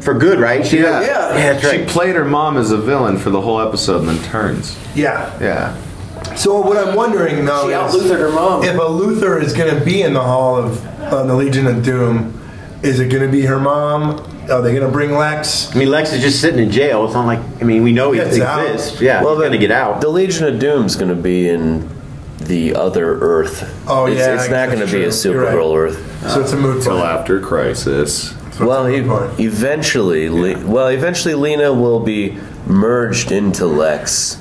[SPEAKER 9] For good, right?
[SPEAKER 10] She-
[SPEAKER 9] yeah.
[SPEAKER 10] yeah.
[SPEAKER 9] that's right. She played her mom as a villain for the whole episode and then turns.
[SPEAKER 10] yeah.
[SPEAKER 9] Yeah.
[SPEAKER 10] So what I'm wondering though is if a Luther is going to be in the Hall of uh, the Legion of Doom, is it going to be her mom? Are they going to bring Lex?
[SPEAKER 8] I mean, Lex is just sitting in jail. It's not like I mean, we know he
[SPEAKER 10] Gets out.
[SPEAKER 8] exists. Yeah,
[SPEAKER 6] Well,
[SPEAKER 8] he's gonna
[SPEAKER 6] then,
[SPEAKER 8] get out.
[SPEAKER 6] The Legion of Doom's going to be in the other Earth.
[SPEAKER 10] Oh,
[SPEAKER 6] it's,
[SPEAKER 10] yeah, I
[SPEAKER 6] it's
[SPEAKER 10] guess
[SPEAKER 6] not going to
[SPEAKER 10] that's
[SPEAKER 6] be a
[SPEAKER 10] true. You're right.
[SPEAKER 6] Supergirl Earth.
[SPEAKER 10] So it's a moot
[SPEAKER 6] till
[SPEAKER 9] after Crisis.
[SPEAKER 6] Well, e- eventually, Le- well, eventually, Lena will be merged into Lex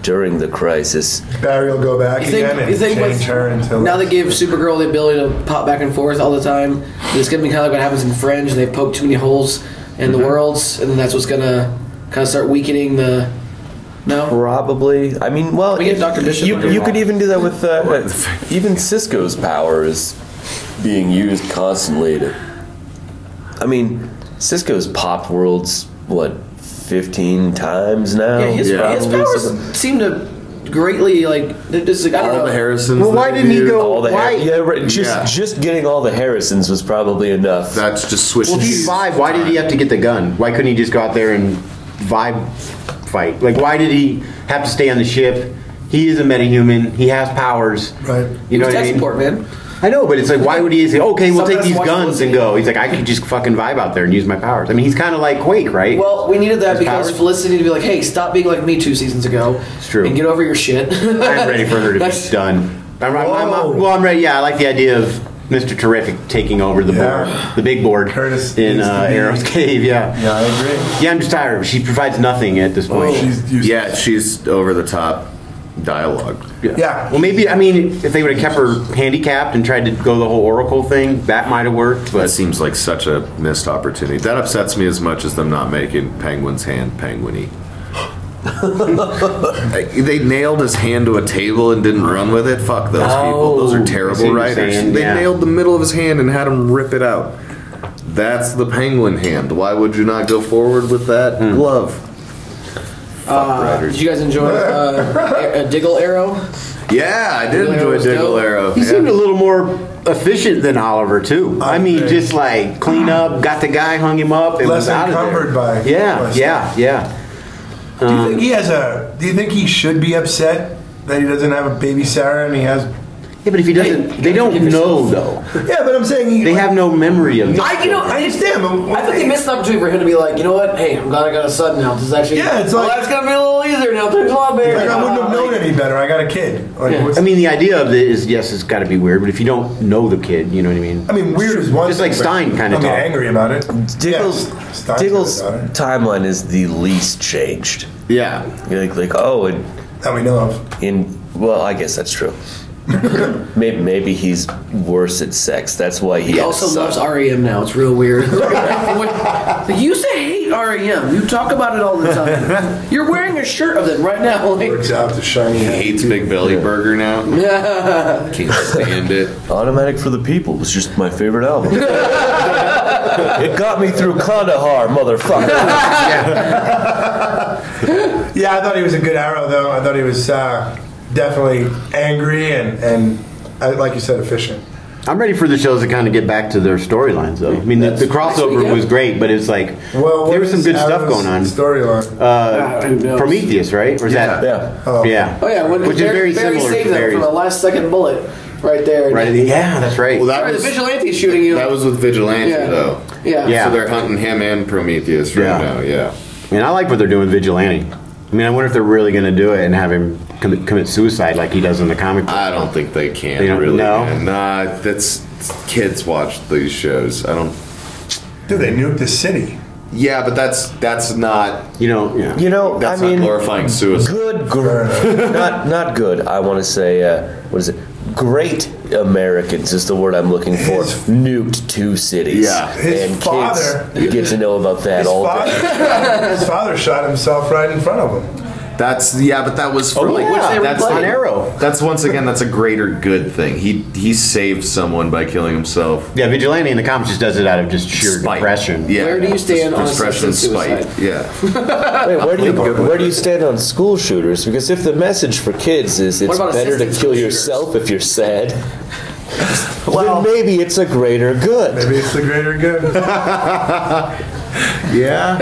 [SPEAKER 6] during the Crisis.
[SPEAKER 10] Barry will go back
[SPEAKER 4] You think-
[SPEAKER 10] again
[SPEAKER 4] you
[SPEAKER 10] and
[SPEAKER 4] think
[SPEAKER 10] change
[SPEAKER 4] with-
[SPEAKER 10] her until
[SPEAKER 4] Now they give Supergirl the ability to pop back and forth all the time. It's gonna be kind of like what happens in Fringe. They poke too many holes in
[SPEAKER 8] Mm-hmm.
[SPEAKER 4] the worlds, and then that's what's gonna kind of start weakening the. No,
[SPEAKER 6] probably. I mean, well,
[SPEAKER 4] we get Doctor Bishop.
[SPEAKER 6] You,
[SPEAKER 4] under
[SPEAKER 6] you
[SPEAKER 4] law.
[SPEAKER 6] could even do that with uh, even Cisco's power is being used constantly to. I mean, Cisco's popped worlds what fifteen times now.
[SPEAKER 4] Yeah, his, his
[SPEAKER 6] Probably
[SPEAKER 4] powers
[SPEAKER 6] something-
[SPEAKER 4] seem to greatly like. This is, I don't know.
[SPEAKER 6] Uh, Well, why didn't he go? All the Har- yeah, right, just
[SPEAKER 8] Yeah.
[SPEAKER 6] just getting all the Harrisons was probably enough.
[SPEAKER 9] That's just switching.
[SPEAKER 8] Well, if he vibe, why did he have to get the gun? Why couldn't he just go out there and vibe fight? Like, why did he have to stay on the ship? He is a metahuman. He has powers. Right. You know
[SPEAKER 4] He's
[SPEAKER 8] what I
[SPEAKER 4] tech
[SPEAKER 8] mean?
[SPEAKER 4] support, man.
[SPEAKER 8] I know, but it's like, why would he say, okay, we'll
[SPEAKER 4] Someone
[SPEAKER 8] take
[SPEAKER 4] has
[SPEAKER 8] these
[SPEAKER 4] watched
[SPEAKER 8] guns and go? He's like, I could just fucking vibe out there and use my powers. I mean, he's kind of like Quake, right?
[SPEAKER 4] Well, we needed that
[SPEAKER 8] His
[SPEAKER 4] because
[SPEAKER 8] powers?
[SPEAKER 4] Felicity to be like, "Hey, stop being like me two seasons ago. It's
[SPEAKER 8] true.
[SPEAKER 4] And get over your shit."
[SPEAKER 8] I'm ready for her to be done. I'm, I'm, I'm- I'm- well, I'm ready. Yeah, I like the idea of Mr. Terrific taking over the board, the big board in
[SPEAKER 10] needs to
[SPEAKER 8] uh,
[SPEAKER 10] be-
[SPEAKER 8] Arrow's Cave. Yeah,
[SPEAKER 10] yeah, Oh, I agree.
[SPEAKER 8] Yeah, I'm just tired. She provides nothing at this
[SPEAKER 4] Oh.
[SPEAKER 8] point.
[SPEAKER 9] yeah, she's over the top dialogue.
[SPEAKER 10] Yeah.
[SPEAKER 8] Well, maybe I mean, if they would have kept her handicapped and tried to go the whole Oracle thing, that might have worked. But
[SPEAKER 9] That seems like such a missed opportunity. That upsets me as much as them not making Penguin's hand penguiny. Like, they nailed his hand to a table and didn't run with it. Fuck those people. Those are
[SPEAKER 8] I see
[SPEAKER 9] terrible
[SPEAKER 8] what you're
[SPEAKER 9] writers.
[SPEAKER 8] saying,
[SPEAKER 9] they
[SPEAKER 8] yeah.
[SPEAKER 9] nailed the middle of his hand and had him rip it out. That's the penguin hand. Why would you not go forward with that glove?
[SPEAKER 4] Uh, did you guys enjoy uh, a Diggle Arrow?
[SPEAKER 9] Yeah, I did
[SPEAKER 4] Diggle Arrow
[SPEAKER 9] enjoy
[SPEAKER 4] was
[SPEAKER 9] Diggle
[SPEAKER 4] dope.
[SPEAKER 9] Arrow.
[SPEAKER 8] he
[SPEAKER 9] yeah.
[SPEAKER 8] seemed a little more efficient than Oliver too. I, mean, just like clean up, got the guy, hung him up, and
[SPEAKER 10] Less
[SPEAKER 8] was out
[SPEAKER 10] encumbered
[SPEAKER 8] of
[SPEAKER 10] by-
[SPEAKER 8] there. Yeah,
[SPEAKER 10] by stuff.
[SPEAKER 8] yeah, yeah.
[SPEAKER 10] Do you think he has a? Do you think he should be upset that he doesn't have a baby Sarah and he has?
[SPEAKER 8] Yeah, but if he doesn't, they don't know though.
[SPEAKER 10] Yeah, but I'm saying he,
[SPEAKER 8] They have no memory of.
[SPEAKER 4] I, you know, I
[SPEAKER 10] understand. But
[SPEAKER 4] I think they missed an opportunity for him to be like, you know what? Hey, I'm glad I got a son now. This is actually
[SPEAKER 10] Yeah, it's
[SPEAKER 4] my
[SPEAKER 10] like-
[SPEAKER 4] life's gonna be a little easier now. Thanks a lot, baby.
[SPEAKER 10] Like, I wouldn't have known any better. I got a kid. Like, what's-
[SPEAKER 8] I mean, the idea of it is yes, it's got to be weird. But if you don't know the kid, you know what I mean.
[SPEAKER 10] I mean, weird is one.
[SPEAKER 8] Just like
[SPEAKER 10] thing, but
[SPEAKER 8] Stein kind of
[SPEAKER 10] I mean,
[SPEAKER 8] talk.
[SPEAKER 10] angry about it.
[SPEAKER 6] Diggle's, Diggle's timeline is the least changed.
[SPEAKER 9] Yeah.
[SPEAKER 6] Like, like oh, and
[SPEAKER 10] that we know of.
[SPEAKER 6] In well, I guess that's true. maybe, maybe he's worse at sex. That's why he,
[SPEAKER 4] He
[SPEAKER 6] had a
[SPEAKER 4] also
[SPEAKER 6] son.
[SPEAKER 4] loves REM now. It's real weird. Like, you used to hate REM. You talk about it all the time. You're wearing a shirt of them right now. Like,
[SPEAKER 10] Works out to shiny.
[SPEAKER 9] He hates Big Belly Burger now. Can't stand it.
[SPEAKER 6] Automatic for the People was just my favorite album. it got me through Kandahar, motherfucker.
[SPEAKER 10] Yeah, I thought he was a good arrow, though. I thought he was uh, definitely angry and and uh, like you said, efficient.
[SPEAKER 8] I'm ready for the shows to kind of get back to their storylines, though. I mean, the, the crossover was great, but it's like
[SPEAKER 10] Well,
[SPEAKER 8] there was some good stuff going on.
[SPEAKER 10] Storyline.
[SPEAKER 4] Ah, who
[SPEAKER 8] Uh,
[SPEAKER 4] knows?
[SPEAKER 8] Prometheus, right? Or is that
[SPEAKER 6] yeah,
[SPEAKER 10] oh.
[SPEAKER 8] yeah,
[SPEAKER 4] Oh yeah, when
[SPEAKER 8] which is
[SPEAKER 4] Barry,
[SPEAKER 8] very
[SPEAKER 4] Barry
[SPEAKER 8] similar
[SPEAKER 4] saved
[SPEAKER 8] to
[SPEAKER 4] them from
[SPEAKER 8] Barry's.
[SPEAKER 4] a last second bullet right there.
[SPEAKER 8] Right? at the- Yeah, that's right.
[SPEAKER 9] Well, that
[SPEAKER 4] Sorry,
[SPEAKER 9] was
[SPEAKER 4] the vigilante's shooting you.
[SPEAKER 9] that was with Vigilante
[SPEAKER 4] Yeah.
[SPEAKER 9] though.
[SPEAKER 4] Yeah.
[SPEAKER 8] Yeah.
[SPEAKER 9] So they're hunting him and Prometheus right
[SPEAKER 8] Yeah.
[SPEAKER 9] now. Yeah.
[SPEAKER 8] I mean, I like what they're doing with Vigilante. I mean, I wonder if they're really going to do it and have him commit, commit suicide like he does in the comic book.
[SPEAKER 9] I don't think they can
[SPEAKER 8] They don't-
[SPEAKER 9] really.
[SPEAKER 8] no?
[SPEAKER 9] man. Nah, that's kids watch these shows. I don't.
[SPEAKER 10] Dude, they nuked the city.
[SPEAKER 9] Yeah, but that's that's not
[SPEAKER 8] you know. Yeah.
[SPEAKER 6] You know,
[SPEAKER 9] that's
[SPEAKER 6] I mean,
[SPEAKER 9] not glorifying suicide.
[SPEAKER 6] Good, gr- not not good. I want to say, uh, what is it? great Americans is the word I'm looking for. Nuked two cities.
[SPEAKER 9] Yeah. His
[SPEAKER 6] and
[SPEAKER 9] father-
[SPEAKER 6] kids get to know about that all day.
[SPEAKER 9] father, his father shot himself right in front of him.
[SPEAKER 14] That's yeah, but that was
[SPEAKER 9] Oh,
[SPEAKER 14] from-
[SPEAKER 9] look, which they
[SPEAKER 14] that's
[SPEAKER 9] replaced.
[SPEAKER 14] an arrow. That's once again that's a greater good thing. He he saved someone by killing himself.
[SPEAKER 8] Yeah, vigilante in the comics just does it out of just sheer depression.
[SPEAKER 14] Yeah,
[SPEAKER 4] Where do you stand on
[SPEAKER 14] depression and
[SPEAKER 4] assisted
[SPEAKER 14] spite.
[SPEAKER 4] suicide?
[SPEAKER 14] Yeah.
[SPEAKER 6] Wait, where do you where do you stand on school shooters? Because if the message for kids is
[SPEAKER 4] What
[SPEAKER 6] it's
[SPEAKER 4] about
[SPEAKER 6] better to
[SPEAKER 4] assistant
[SPEAKER 6] kill yourself if you're sad, well, then maybe it's a greater good.
[SPEAKER 9] Maybe it's the greater good.
[SPEAKER 14] yeah.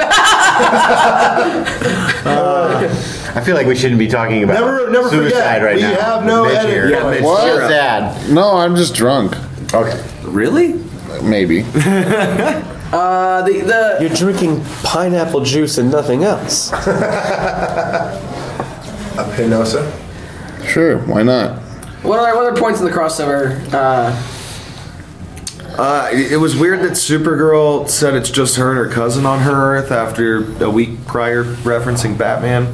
[SPEAKER 8] I feel like we shouldn't be talking about
[SPEAKER 9] Never- never
[SPEAKER 8] suicide
[SPEAKER 9] forget,
[SPEAKER 8] right
[SPEAKER 9] we
[SPEAKER 8] now.
[SPEAKER 9] have no
[SPEAKER 8] Mitch
[SPEAKER 9] edit
[SPEAKER 8] here.
[SPEAKER 9] points.
[SPEAKER 8] Mitch,
[SPEAKER 9] What?
[SPEAKER 8] you're sad.
[SPEAKER 13] No, I'm just drunk.
[SPEAKER 14] Okay. Really?
[SPEAKER 13] Maybe.
[SPEAKER 4] Uh, the, the
[SPEAKER 6] You're drinking pineapple juice and nothing else.
[SPEAKER 9] A Pinosa.
[SPEAKER 13] Sure, why not?
[SPEAKER 4] What are what other points in the crossover? Uh,
[SPEAKER 14] Uh, it it was weird that Supergirl said it's just her and her cousin on her Earth after a week prior referencing Batman.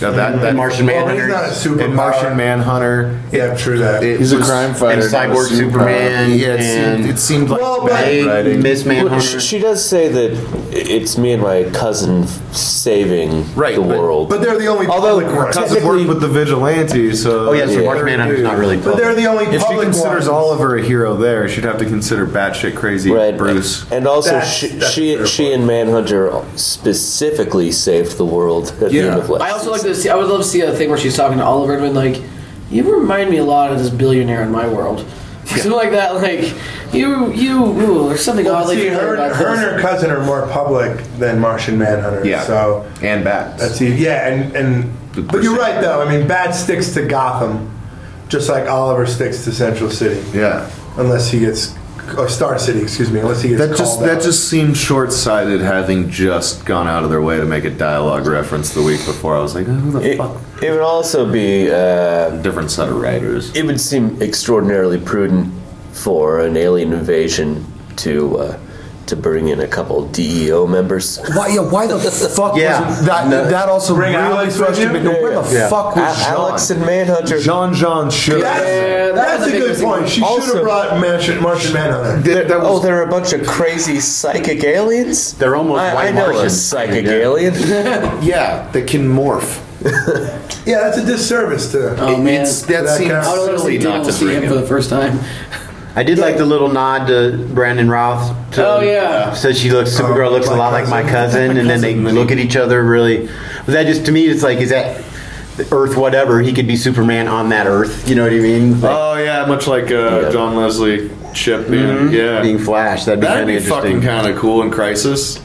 [SPEAKER 14] Yeah, that,
[SPEAKER 9] Mm-hmm.
[SPEAKER 8] And
[SPEAKER 14] that
[SPEAKER 8] Martian
[SPEAKER 14] Well,
[SPEAKER 8] Manhunter.
[SPEAKER 14] he's not a
[SPEAKER 8] And
[SPEAKER 14] superpower. And Martian Manhunter.
[SPEAKER 9] Yeah, true that.
[SPEAKER 14] It
[SPEAKER 13] He's a
[SPEAKER 14] was-
[SPEAKER 13] crime fighter,
[SPEAKER 8] and Cyborg
[SPEAKER 13] not a
[SPEAKER 8] Superman.
[SPEAKER 13] superpower.
[SPEAKER 14] Yeah, it
[SPEAKER 8] and
[SPEAKER 14] seemed, it seemed like
[SPEAKER 9] Well,
[SPEAKER 8] Big Miss
[SPEAKER 6] Well,
[SPEAKER 8] Manhunter.
[SPEAKER 6] she, she does say that it's me and my cousin saving the world.
[SPEAKER 9] But they're the only
[SPEAKER 6] Although
[SPEAKER 9] public ones.
[SPEAKER 14] doesn't work with the vigilante, so
[SPEAKER 8] Oh, yeah, so Martian Manhunter's not really
[SPEAKER 9] But they're the only
[SPEAKER 14] If she
[SPEAKER 9] public
[SPEAKER 14] considers
[SPEAKER 9] ones.
[SPEAKER 14] Oliver a hero, there she'd have to consider batshit crazy
[SPEAKER 6] Right.
[SPEAKER 14] Bruce.
[SPEAKER 6] And also,
[SPEAKER 9] That's-
[SPEAKER 6] she
[SPEAKER 9] that's
[SPEAKER 6] she, she and Manhunter specifically saved the world at the end of
[SPEAKER 4] I
[SPEAKER 6] last.
[SPEAKER 4] also like to see. I would love to see a thing where she's talking to Oliver and been like, "You remind me a lot of this billionaire in my world." Something like that. Like you, you, ooh, there's something
[SPEAKER 9] Well,
[SPEAKER 4] oddly
[SPEAKER 9] see, her,
[SPEAKER 4] familiar about
[SPEAKER 9] her and
[SPEAKER 4] this.
[SPEAKER 9] her cousin are more public than Martian Manhunter.
[SPEAKER 14] Yeah.
[SPEAKER 9] So
[SPEAKER 14] and bats.
[SPEAKER 9] that's e- yeah, and and but you're right though. I mean, Bat sticks to Gotham, just like Oliver sticks to Central City.
[SPEAKER 14] Yeah.
[SPEAKER 9] Unless he gets or Star City, excuse me. Unless he gets
[SPEAKER 14] That just
[SPEAKER 9] called
[SPEAKER 14] that
[SPEAKER 9] out.
[SPEAKER 14] just seemed short sighted, having just gone out of their way to make a dialogue reference the week before. I was like, "Oh, who the fuck?
[SPEAKER 6] It would also be uh,
[SPEAKER 14] different set of writers.
[SPEAKER 6] It would seem extraordinarily prudent for an alien invasion to uh, to bring in a couple DEO members.
[SPEAKER 15] Why, yeah, why the fuck
[SPEAKER 14] Yeah.
[SPEAKER 15] was that?
[SPEAKER 6] No.
[SPEAKER 15] That also
[SPEAKER 9] Bring
[SPEAKER 15] really
[SPEAKER 9] Alex with
[SPEAKER 15] frustrated me.
[SPEAKER 9] you?
[SPEAKER 15] No, where the
[SPEAKER 6] Yeah.
[SPEAKER 15] fuck
[SPEAKER 6] A-
[SPEAKER 15] was Jean?
[SPEAKER 6] Alex and Manhunter.
[SPEAKER 14] Jean Jean should.
[SPEAKER 9] That's,
[SPEAKER 4] Yeah, that
[SPEAKER 9] that's
[SPEAKER 4] was
[SPEAKER 9] a
[SPEAKER 4] a big
[SPEAKER 9] good
[SPEAKER 4] mistake.
[SPEAKER 9] point. She should
[SPEAKER 6] Also-
[SPEAKER 9] have brought Martian, Martian Manhunter.
[SPEAKER 6] They're- oh, they're a bunch of crazy psychic aliens.
[SPEAKER 8] They're almost
[SPEAKER 6] I,
[SPEAKER 8] white
[SPEAKER 6] I know a
[SPEAKER 8] Martians.
[SPEAKER 6] psychic alien.
[SPEAKER 14] Yeah, that can morph.
[SPEAKER 9] Yeah, that's a disservice to.
[SPEAKER 4] Oh man,
[SPEAKER 14] It's, that
[SPEAKER 9] That
[SPEAKER 14] seems
[SPEAKER 9] kind
[SPEAKER 4] I
[SPEAKER 9] of-
[SPEAKER 4] would
[SPEAKER 14] silly
[SPEAKER 4] honestly
[SPEAKER 14] not to
[SPEAKER 4] to see
[SPEAKER 14] bring
[SPEAKER 4] him for the first time.
[SPEAKER 8] I did like the little nod to Brandon Routh. To,
[SPEAKER 4] Oh, yeah.
[SPEAKER 8] said she looks
[SPEAKER 14] Oh,
[SPEAKER 8] Supergirl looks a
[SPEAKER 9] my
[SPEAKER 8] lot like my cousin, and then they look at each other. Really, but that just to me, it's like is that Earth whatever? He could be Superman on that Earth. You know what I mean? Like,
[SPEAKER 14] Oh yeah, much like uh,
[SPEAKER 6] Yeah.
[SPEAKER 14] John Leslie Chip being yeah.
[SPEAKER 8] being Flash, that'd be
[SPEAKER 14] That'd
[SPEAKER 8] kind
[SPEAKER 14] be
[SPEAKER 8] of interesting.
[SPEAKER 14] fucking kind of cool in Crisis.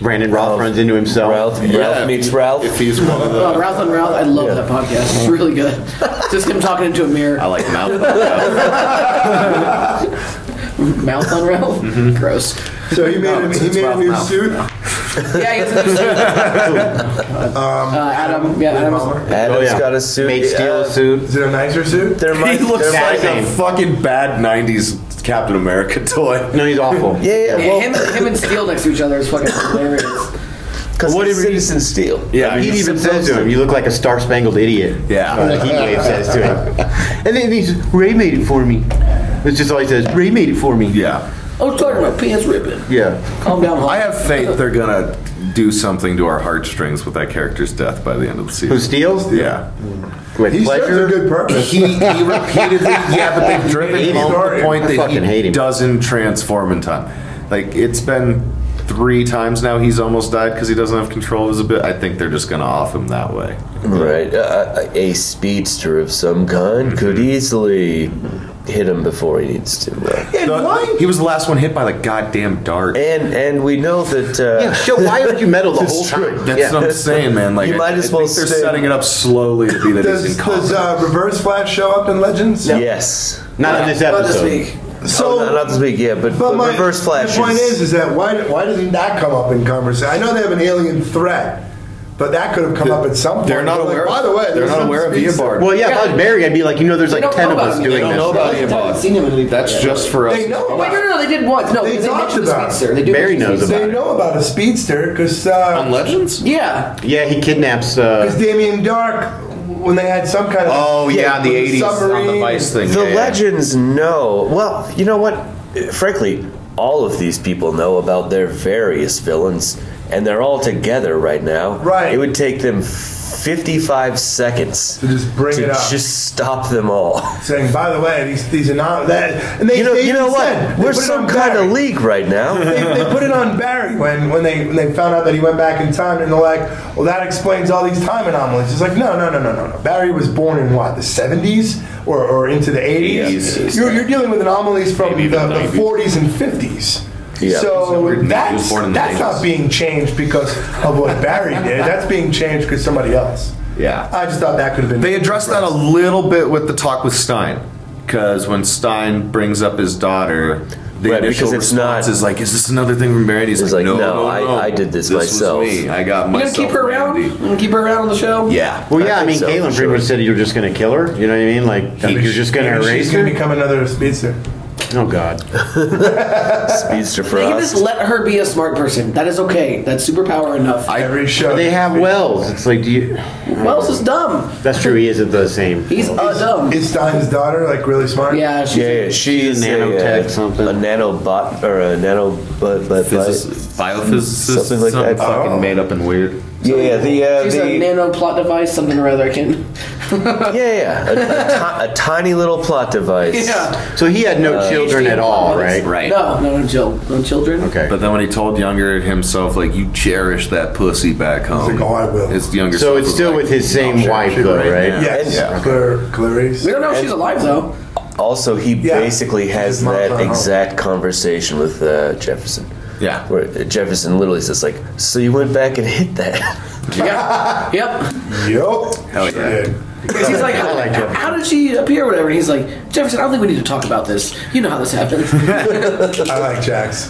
[SPEAKER 8] Brandon Routh, runs into himself.
[SPEAKER 6] Ralph, Ralph
[SPEAKER 14] Yeah.
[SPEAKER 6] meets Ralph.
[SPEAKER 14] If he's one of the,
[SPEAKER 4] Oh, Ralph and Ralph, I love that podcast. It's really good. Just him talking into a mirror.
[SPEAKER 14] I like Malcolm.
[SPEAKER 4] Mouth on Ralph. Gross.
[SPEAKER 9] So he made a, he made a new suit.
[SPEAKER 14] Uh,
[SPEAKER 4] Yeah, he gets a uh, Adam. Yeah, Adam. was-
[SPEAKER 6] Adam's
[SPEAKER 8] Oh, yeah.
[SPEAKER 6] got a suit.
[SPEAKER 8] Made steel
[SPEAKER 6] uh,
[SPEAKER 8] suit.
[SPEAKER 9] Is it a nicer suit?
[SPEAKER 6] There might,
[SPEAKER 14] he looks
[SPEAKER 6] there
[SPEAKER 8] bad.
[SPEAKER 6] might,
[SPEAKER 14] like a
[SPEAKER 8] name.
[SPEAKER 14] fucking bad '90s Captain America toy.
[SPEAKER 8] No, he's awful.
[SPEAKER 6] yeah, yeah,
[SPEAKER 4] Yeah,
[SPEAKER 6] well,
[SPEAKER 4] him, him and Steel next to each other is fucking hilarious.
[SPEAKER 6] 'cause
[SPEAKER 8] What
[SPEAKER 6] he's
[SPEAKER 8] did we-
[SPEAKER 6] Citizen Steel.
[SPEAKER 14] Yeah,
[SPEAKER 8] he
[SPEAKER 14] he's
[SPEAKER 8] even
[SPEAKER 14] supposed
[SPEAKER 8] says to him, "You look like a star-spangled idiot."
[SPEAKER 14] Yeah.
[SPEAKER 8] Uh, Heatwave says to him, and then he's Ray made it for me. It's just all he says. Ray made it for me.
[SPEAKER 14] Yeah.
[SPEAKER 4] I was Oh, talking about pants ripping.
[SPEAKER 14] Yeah.
[SPEAKER 4] Calm down, Hulk.
[SPEAKER 14] I have faith they're gonna do something to our heartstrings with that character's death by the end of the season.
[SPEAKER 8] Who steals?
[SPEAKER 14] Yeah.
[SPEAKER 8] With
[SPEAKER 9] He serves
[SPEAKER 8] pleasure.
[SPEAKER 9] a good purpose.
[SPEAKER 14] He, he repeatedly, yeah, but they've driven
[SPEAKER 8] Hate
[SPEAKER 14] home
[SPEAKER 9] him.
[SPEAKER 14] the point
[SPEAKER 8] I
[SPEAKER 14] that
[SPEAKER 8] fucking hate
[SPEAKER 14] he
[SPEAKER 8] him.
[SPEAKER 14] doesn't transform in time. Like it's been three times now he's almost died because he doesn't have control of his bit. I think they're just gonna off him that way.
[SPEAKER 6] Right. Uh, a speedster of some kind could easily hit him before he needs to. uh,
[SPEAKER 9] And
[SPEAKER 14] The-
[SPEAKER 9] why?
[SPEAKER 14] He was the last one hit by the goddamn dart.
[SPEAKER 6] and and we know that. Uh,
[SPEAKER 8] Yeah, shit, why aren't you metal the whole time?
[SPEAKER 14] That's what I'm saying, man. Like
[SPEAKER 6] You might as
[SPEAKER 14] I, I
[SPEAKER 6] well
[SPEAKER 14] think they're
[SPEAKER 6] stay-
[SPEAKER 14] setting it up slowly to be that he's
[SPEAKER 9] Does,
[SPEAKER 14] incompetent.
[SPEAKER 9] does uh, Reverse Flash show up in Legends?
[SPEAKER 6] Yes.
[SPEAKER 8] Not in this
[SPEAKER 4] Not
[SPEAKER 8] episode.
[SPEAKER 4] this week.
[SPEAKER 9] So,
[SPEAKER 6] oh, no, not this week. Yeah, but,
[SPEAKER 9] but
[SPEAKER 6] but
[SPEAKER 9] my
[SPEAKER 6] reverse flash.
[SPEAKER 9] The point is, is that why why doesn't that come up in conversation? I know they have an alien threat, but that could have come up at some point.
[SPEAKER 14] They're not
[SPEAKER 9] Like,
[SPEAKER 14] aware.
[SPEAKER 9] By the way,
[SPEAKER 14] they're
[SPEAKER 9] there's
[SPEAKER 14] not
[SPEAKER 9] some
[SPEAKER 14] aware of
[SPEAKER 9] species-
[SPEAKER 14] Eobard.
[SPEAKER 8] Well, yeah, if I was Barry, I'd be like, you know, there's like
[SPEAKER 4] They don't
[SPEAKER 8] ten
[SPEAKER 4] know
[SPEAKER 8] of us
[SPEAKER 4] about him.
[SPEAKER 8] doing
[SPEAKER 4] They
[SPEAKER 8] this.
[SPEAKER 4] don't know about him. Haven't seen him in any-
[SPEAKER 14] That's just for us.
[SPEAKER 9] They know.
[SPEAKER 4] Oh,
[SPEAKER 9] About,
[SPEAKER 4] wait, no, no, no, they did once. No,
[SPEAKER 9] They
[SPEAKER 4] they,
[SPEAKER 9] talked
[SPEAKER 4] mentioned
[SPEAKER 9] about
[SPEAKER 4] the
[SPEAKER 9] it.
[SPEAKER 4] speedster. They do
[SPEAKER 8] Barry
[SPEAKER 4] mention
[SPEAKER 8] knows
[SPEAKER 4] the
[SPEAKER 8] about
[SPEAKER 9] They
[SPEAKER 8] it.
[SPEAKER 9] know about a speedster because uh,
[SPEAKER 14] Legends.
[SPEAKER 4] speedster. Yeah.
[SPEAKER 8] Yeah, he kidnaps. Uh,
[SPEAKER 9] Damien Dark when they had some kind of
[SPEAKER 14] Oh, yeah, in the 80s on the
[SPEAKER 9] submarine.
[SPEAKER 14] Vice thing.
[SPEAKER 6] The
[SPEAKER 14] yeah, yeah.
[SPEAKER 6] legends know. Well, you know what? Frankly, all of these people know about their various villains, and they're all together right now. Right. It would take them 55 seconds to
[SPEAKER 9] just bring it up.
[SPEAKER 6] Just stop them all.
[SPEAKER 9] Saying, by the way, these these are not that. And they,
[SPEAKER 6] you know,
[SPEAKER 9] they
[SPEAKER 6] you know
[SPEAKER 9] even
[SPEAKER 6] what?
[SPEAKER 9] said, they
[SPEAKER 6] We're
[SPEAKER 9] put it
[SPEAKER 6] some
[SPEAKER 9] on
[SPEAKER 6] kind
[SPEAKER 9] Barry.
[SPEAKER 6] of league right now.
[SPEAKER 9] they, they put it on Barry when, when they when they found out that he went back in time, and they're like, "Well, that explains all these time anomalies." It's like, no, no, no, no, no, no. Barry was born in what the seventies or, or into the eighties. You're, you're dealing with anomalies from the forties and fifties.
[SPEAKER 7] Yeah. He
[SPEAKER 9] So
[SPEAKER 7] was
[SPEAKER 9] that's
[SPEAKER 7] born in the
[SPEAKER 9] that's not
[SPEAKER 7] 80s.
[SPEAKER 9] being changed because of what Barry did. That's being changed because somebody else.
[SPEAKER 14] Yeah.
[SPEAKER 9] I just thought that could have been.
[SPEAKER 14] They address that a little bit with the talk with Stein, because when Stein brings up his daughter, the
[SPEAKER 6] Right,
[SPEAKER 14] initial
[SPEAKER 6] because it's
[SPEAKER 14] response is like, "Is this another thing from Barry?" And he's
[SPEAKER 6] It's
[SPEAKER 14] like,
[SPEAKER 6] like,
[SPEAKER 14] "No,
[SPEAKER 6] no,
[SPEAKER 14] no,
[SPEAKER 6] I- I did this
[SPEAKER 14] was
[SPEAKER 6] myself."
[SPEAKER 14] me. I got
[SPEAKER 4] You gonna
[SPEAKER 14] myself."
[SPEAKER 4] keep her around? You gonna keep her around on the show?
[SPEAKER 14] Yeah.
[SPEAKER 8] Well, yeah, I, mean, Caitlin pretty much said you're just going to kill her. You know what I mean? Like, you're just going to
[SPEAKER 9] Maybe
[SPEAKER 8] erase
[SPEAKER 9] She's gonna
[SPEAKER 8] her?
[SPEAKER 9] become another speedster.
[SPEAKER 8] Oh, God.
[SPEAKER 6] Speedster for
[SPEAKER 4] You can just let her be a smart person. That is okay. That's superpower enough.
[SPEAKER 9] Every show.
[SPEAKER 8] They have Wells. It's like, do you.
[SPEAKER 4] Wells is dumb.
[SPEAKER 8] That's true. He isn't the same.
[SPEAKER 4] He's a dumb.
[SPEAKER 9] Is Stein's daughter like really smart?
[SPEAKER 4] Yeah, she's
[SPEAKER 6] Yeah, yeah, she's a
[SPEAKER 8] nanotech
[SPEAKER 6] uh, something. A nanobot or a nano but, but,
[SPEAKER 14] Biophysicist,
[SPEAKER 6] something like that. Oh.
[SPEAKER 14] fucking made up and weird.
[SPEAKER 6] Yeah, yeah, the uh,
[SPEAKER 4] She's
[SPEAKER 6] the,
[SPEAKER 4] a nano plot device, something or other. I can.
[SPEAKER 6] yeah, yeah, a, a ti- a tiny little plot device.
[SPEAKER 4] Yeah.
[SPEAKER 8] So he had no
[SPEAKER 4] children at all, right?
[SPEAKER 14] Right.
[SPEAKER 4] No, no, no, Jill, no children.
[SPEAKER 8] Okay.
[SPEAKER 14] But then when he told younger himself, like, "You cherish that pussy back home,"
[SPEAKER 9] like, "Oh, I will."
[SPEAKER 14] His younger.
[SPEAKER 8] So
[SPEAKER 14] self
[SPEAKER 8] it's
[SPEAKER 14] was
[SPEAKER 8] still
[SPEAKER 14] like,
[SPEAKER 8] with his
[SPEAKER 14] "No,
[SPEAKER 8] same
[SPEAKER 14] sure,
[SPEAKER 8] wife,
[SPEAKER 14] sure,
[SPEAKER 8] though,
[SPEAKER 14] right
[SPEAKER 8] right?
[SPEAKER 14] now."
[SPEAKER 9] Yes,
[SPEAKER 6] Yeah.
[SPEAKER 9] Clar- Clarice.
[SPEAKER 4] We don't know if
[SPEAKER 6] And-
[SPEAKER 4] she's alive though.
[SPEAKER 6] Also, he basically has
[SPEAKER 9] mom
[SPEAKER 6] that
[SPEAKER 9] found out.
[SPEAKER 6] exact conversation with uh, Jefferson.
[SPEAKER 14] Yeah.
[SPEAKER 6] Where uh, Jefferson literally says, like, so you went back and hit that.
[SPEAKER 4] Yeah. yep.
[SPEAKER 9] Yup.
[SPEAKER 14] Hell yeah.
[SPEAKER 4] Because he's like,
[SPEAKER 8] I like
[SPEAKER 4] how,
[SPEAKER 8] Jefferson.
[SPEAKER 4] did she appear? Or whatever. And he's like, Jefferson, I don't think we need to talk about this. You know how this happens.
[SPEAKER 9] I like Jax.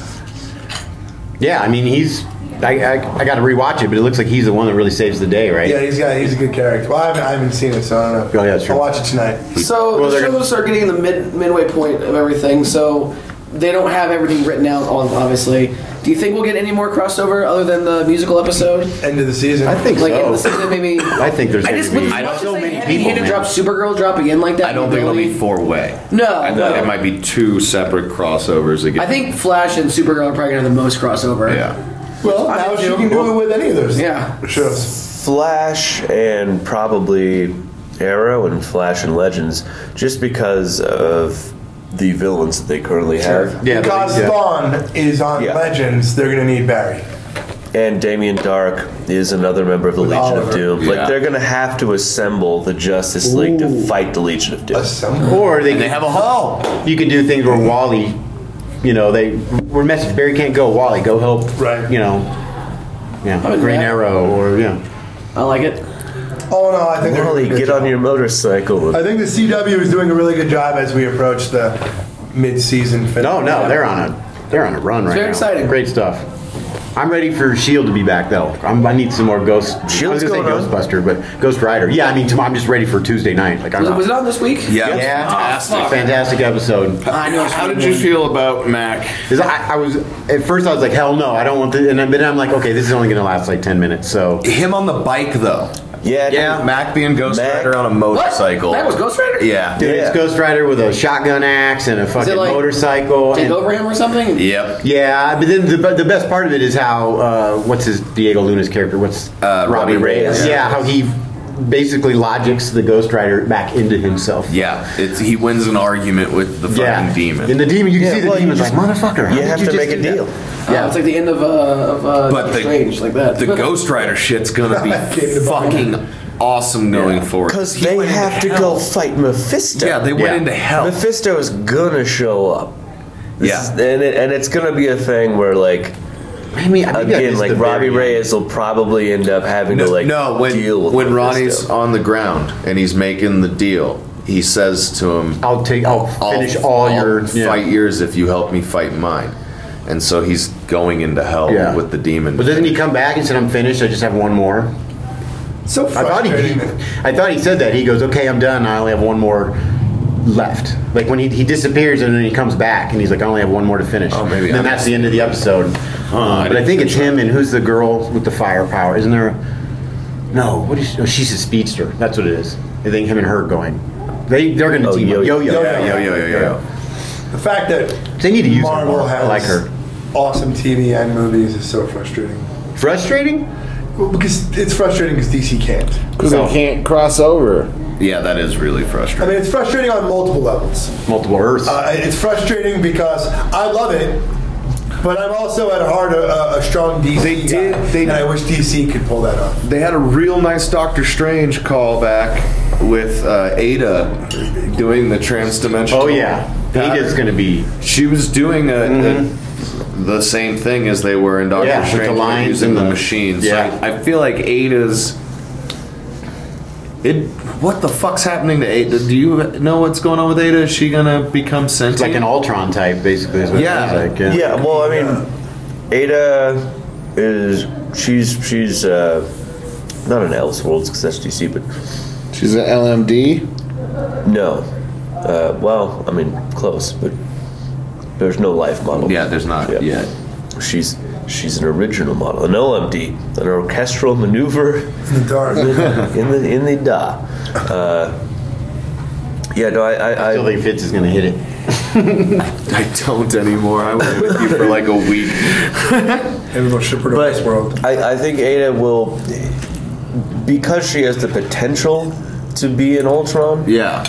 [SPEAKER 8] Yeah, I mean, he's. I, I, I got to rewatch it, but it looks like he's the one that really saves the day, right?
[SPEAKER 9] Yeah, he's got he's a good character. Well, I haven't, I haven't seen it, so I don't know.
[SPEAKER 8] Oh, yeah, sure.
[SPEAKER 9] I'll watch it tonight.
[SPEAKER 4] so
[SPEAKER 8] Well,
[SPEAKER 4] the
[SPEAKER 8] they're
[SPEAKER 4] shows are getting the mid midway point of everything. So they don't have everything written out. on- Obviously, do you think we'll get any more crossover other than the musical episode?
[SPEAKER 9] End of the season.
[SPEAKER 8] I think
[SPEAKER 4] like
[SPEAKER 8] so.
[SPEAKER 4] end of the season, maybe.
[SPEAKER 8] I think there's
[SPEAKER 4] I
[SPEAKER 8] gonna
[SPEAKER 4] just
[SPEAKER 8] be-
[SPEAKER 4] with
[SPEAKER 8] I
[SPEAKER 4] I
[SPEAKER 8] don't-
[SPEAKER 4] don't
[SPEAKER 8] so many
[SPEAKER 4] heavy
[SPEAKER 8] people,
[SPEAKER 4] handed
[SPEAKER 8] man.
[SPEAKER 4] drop Supergirl drop again like that.
[SPEAKER 14] I don't think it'll
[SPEAKER 4] really-
[SPEAKER 14] be four way.
[SPEAKER 4] No,
[SPEAKER 14] I think
[SPEAKER 4] no.
[SPEAKER 14] it might be two separate crossovers again.
[SPEAKER 4] I think Flash and Supergirl are probably gonna have the most crossover.
[SPEAKER 14] Yeah.
[SPEAKER 9] Well, now she can do it with any of those
[SPEAKER 4] Yeah.
[SPEAKER 9] shows.
[SPEAKER 6] Flash and probably Arrow and Flash and Legends, just because of the villains that they currently have.
[SPEAKER 8] Yeah,
[SPEAKER 9] because
[SPEAKER 8] yeah.
[SPEAKER 9] Vaughn is on
[SPEAKER 6] Yeah.
[SPEAKER 9] Legends, they're gonna need Barry.
[SPEAKER 6] And Damien Dark is another member of the Legion
[SPEAKER 9] Oliver.
[SPEAKER 6] of Doom.
[SPEAKER 14] Yeah.
[SPEAKER 6] Like, they're going to have to assemble the Justice League to fight the Legion of Doom.
[SPEAKER 9] Assemble.
[SPEAKER 8] Or they,
[SPEAKER 14] They have a hall.
[SPEAKER 8] you could do things where Wally, you know, they were messaged Barry can't go. Wally, go help.
[SPEAKER 9] Right.
[SPEAKER 8] You know, yeah,
[SPEAKER 4] Other than
[SPEAKER 8] Green
[SPEAKER 4] that-
[SPEAKER 8] Arrow or yeah.
[SPEAKER 4] I like it.
[SPEAKER 9] Oh no, I think they're
[SPEAKER 6] Wally,
[SPEAKER 9] doing a good
[SPEAKER 6] get
[SPEAKER 9] job.
[SPEAKER 6] on your motorcycle.
[SPEAKER 9] I think the CW is doing a really good job as we approach the mid-season finale.
[SPEAKER 8] No, no, they're on a they're on a run right
[SPEAKER 4] very
[SPEAKER 8] now.
[SPEAKER 4] exciting.
[SPEAKER 8] Great stuff. I'm ready for Shield E to be back though. I'm, I need some more Ghost.
[SPEAKER 6] Shield's
[SPEAKER 8] I was gonna
[SPEAKER 6] going
[SPEAKER 8] say
[SPEAKER 6] on.
[SPEAKER 8] Ghostbuster, but Ghost Rider. Yeah, I mean, tomorrow, I'm just ready for Tuesday night. Like I'm
[SPEAKER 4] Was it,
[SPEAKER 8] not-
[SPEAKER 4] was it on this week?
[SPEAKER 14] Yeah.
[SPEAKER 10] Oh,
[SPEAKER 8] Yeah,
[SPEAKER 14] Fantastic.
[SPEAKER 8] fantastic, fantastic episode.
[SPEAKER 4] I know.
[SPEAKER 14] How did you feel about Mac?
[SPEAKER 8] 'Cause I, I was at first I was like, hell no, I don't want this, and then but then I'm like, okay, this is only gonna last like ten minutes. So
[SPEAKER 14] Him on the bike though.
[SPEAKER 6] Yeah,
[SPEAKER 14] Yeah, Mac being Ghost
[SPEAKER 6] Mac-
[SPEAKER 14] Rider on a motorcycle.
[SPEAKER 4] Mac was Ghost Rider?
[SPEAKER 14] Yeah.
[SPEAKER 8] Dude,
[SPEAKER 6] Yeah.
[SPEAKER 8] it's Ghost Rider with a shotgun axe and a fucking
[SPEAKER 4] like,
[SPEAKER 8] motorcycle.
[SPEAKER 4] Take
[SPEAKER 8] and-
[SPEAKER 4] over him or something?
[SPEAKER 14] Yep.
[SPEAKER 8] Yeah, but then the, but the best part of it is how uh, what's his Diego Luna's character? What's
[SPEAKER 14] Uh, Robbie Reyes.
[SPEAKER 8] Yeah. how he basically logics the Ghost Rider back into himself.
[SPEAKER 14] Yeah. It's he wins an argument with the fucking demon.
[SPEAKER 8] And the demon, you can
[SPEAKER 6] Yeah,
[SPEAKER 8] see the
[SPEAKER 6] well, you
[SPEAKER 8] demon's like
[SPEAKER 6] just-
[SPEAKER 8] motherfucker. how
[SPEAKER 6] You
[SPEAKER 8] did
[SPEAKER 6] have to
[SPEAKER 8] just
[SPEAKER 6] make
[SPEAKER 8] do
[SPEAKER 6] a
[SPEAKER 8] that?"
[SPEAKER 6] deal.
[SPEAKER 4] Yeah, it's like the end of uh, of uh,
[SPEAKER 14] But
[SPEAKER 4] Doctor
[SPEAKER 14] the-
[SPEAKER 4] Strange, like that.
[SPEAKER 14] The Ghost Rider shit's gonna be fucking awesome going forward.
[SPEAKER 6] Because
[SPEAKER 14] He
[SPEAKER 6] they
[SPEAKER 14] went
[SPEAKER 6] have to
[SPEAKER 14] into
[SPEAKER 6] go
[SPEAKER 14] hell.
[SPEAKER 6] fight Mephisto.
[SPEAKER 14] Yeah, they went
[SPEAKER 8] Yeah.
[SPEAKER 14] into hell.
[SPEAKER 6] Mephisto is gonna show up. This
[SPEAKER 14] Yeah.
[SPEAKER 6] is- and it, and it's gonna be a thing where like
[SPEAKER 8] I mean, I think that
[SPEAKER 6] again,
[SPEAKER 8] is
[SPEAKER 6] like
[SPEAKER 8] the
[SPEAKER 6] Robbie
[SPEAKER 8] very-
[SPEAKER 6] Reyes will probably end up having
[SPEAKER 17] No,
[SPEAKER 6] to like
[SPEAKER 17] no, when
[SPEAKER 6] deal with
[SPEAKER 17] when
[SPEAKER 6] Mephisto.
[SPEAKER 17] Ronnie's on the ground and he's making the deal, he says to him,
[SPEAKER 8] I'll take. I'll finish all
[SPEAKER 17] I'll
[SPEAKER 8] your yeah.
[SPEAKER 17] fight yours if you help me fight mine." And so he's going into hell
[SPEAKER 8] Yeah.
[SPEAKER 17] with the demon.
[SPEAKER 8] But doesn't he come back and said, "I'm finished. I just have one more."
[SPEAKER 9] So
[SPEAKER 8] I thought he,
[SPEAKER 9] frustrating.
[SPEAKER 8] I thought he said that. He goes, "Okay, I'm done. I only have one more left." Like when he, he disappears and then he comes back and he's like, "I only have one more to finish."
[SPEAKER 17] Oh, maybe
[SPEAKER 8] And then
[SPEAKER 17] I-
[SPEAKER 8] that's the end of the episode.
[SPEAKER 17] I
[SPEAKER 8] but I
[SPEAKER 17] didn't
[SPEAKER 8] think it's him and who's the girl with the firepower? Isn't there? a- No, what is? Oh, she's a speedster. That's what it is. I think him and her going. They they're going to team up. Yo yo
[SPEAKER 9] Yo-Yo. The fact that
[SPEAKER 8] they need to use her
[SPEAKER 9] Marvel
[SPEAKER 8] more. I
[SPEAKER 9] has
[SPEAKER 8] like her.
[SPEAKER 9] awesome TV and movies is so frustrating.
[SPEAKER 8] Frustrating?
[SPEAKER 9] Well, because it's frustrating because DC can't.
[SPEAKER 17] Because they can't cross over. Yeah, that is really
[SPEAKER 9] I
[SPEAKER 17] frustrating.
[SPEAKER 9] mean, it's frustrating on multiple levels.
[SPEAKER 8] Multiple Earths.
[SPEAKER 9] Uh, it's frustrating because I love it, but I'm also at heart a, a- a strong DC they did, guy, and I wish DC could pull that off.
[SPEAKER 14] They had a real nice Doctor Strange callback with uh, Ada doing the transdimensional.
[SPEAKER 8] Oh, yeah. Ada's
[SPEAKER 14] going to
[SPEAKER 8] be.
[SPEAKER 14] She was doing a, the, the same thing as they were in Doctor
[SPEAKER 8] Yeah, with the
[SPEAKER 14] Strange,
[SPEAKER 8] lines
[SPEAKER 14] using
[SPEAKER 8] and
[SPEAKER 14] the,
[SPEAKER 8] the-
[SPEAKER 14] machines.
[SPEAKER 8] yeah.
[SPEAKER 14] So I, I feel like Ada's. It. What the fuck's happening to Ada? Do you know what's going on with Ada? Is she gonna become sentient?
[SPEAKER 8] like an Ultron type, basically. Is what
[SPEAKER 14] yeah.
[SPEAKER 8] It feels like, yeah.
[SPEAKER 6] Yeah, well, I mean, Ada is she's she's uh, not an Elseworlds because that's DC, but
[SPEAKER 14] she's an LMD.
[SPEAKER 6] No, uh, well, I mean, close, but there's no life model. Yeah,
[SPEAKER 17] there's not yet.
[SPEAKER 6] She's she's an original model, an OMD, an orchestral maneuver
[SPEAKER 9] In the dark.
[SPEAKER 6] in the in the da. Uh, yeah, no, I I, I still
[SPEAKER 8] think Fitz is gonna hit it.
[SPEAKER 14] I don't anymore. I was with you for like a week.
[SPEAKER 9] Everyone should put
[SPEAKER 6] but I, I think Ada will, because she has the potential to be an Ultron.
[SPEAKER 17] Yeah.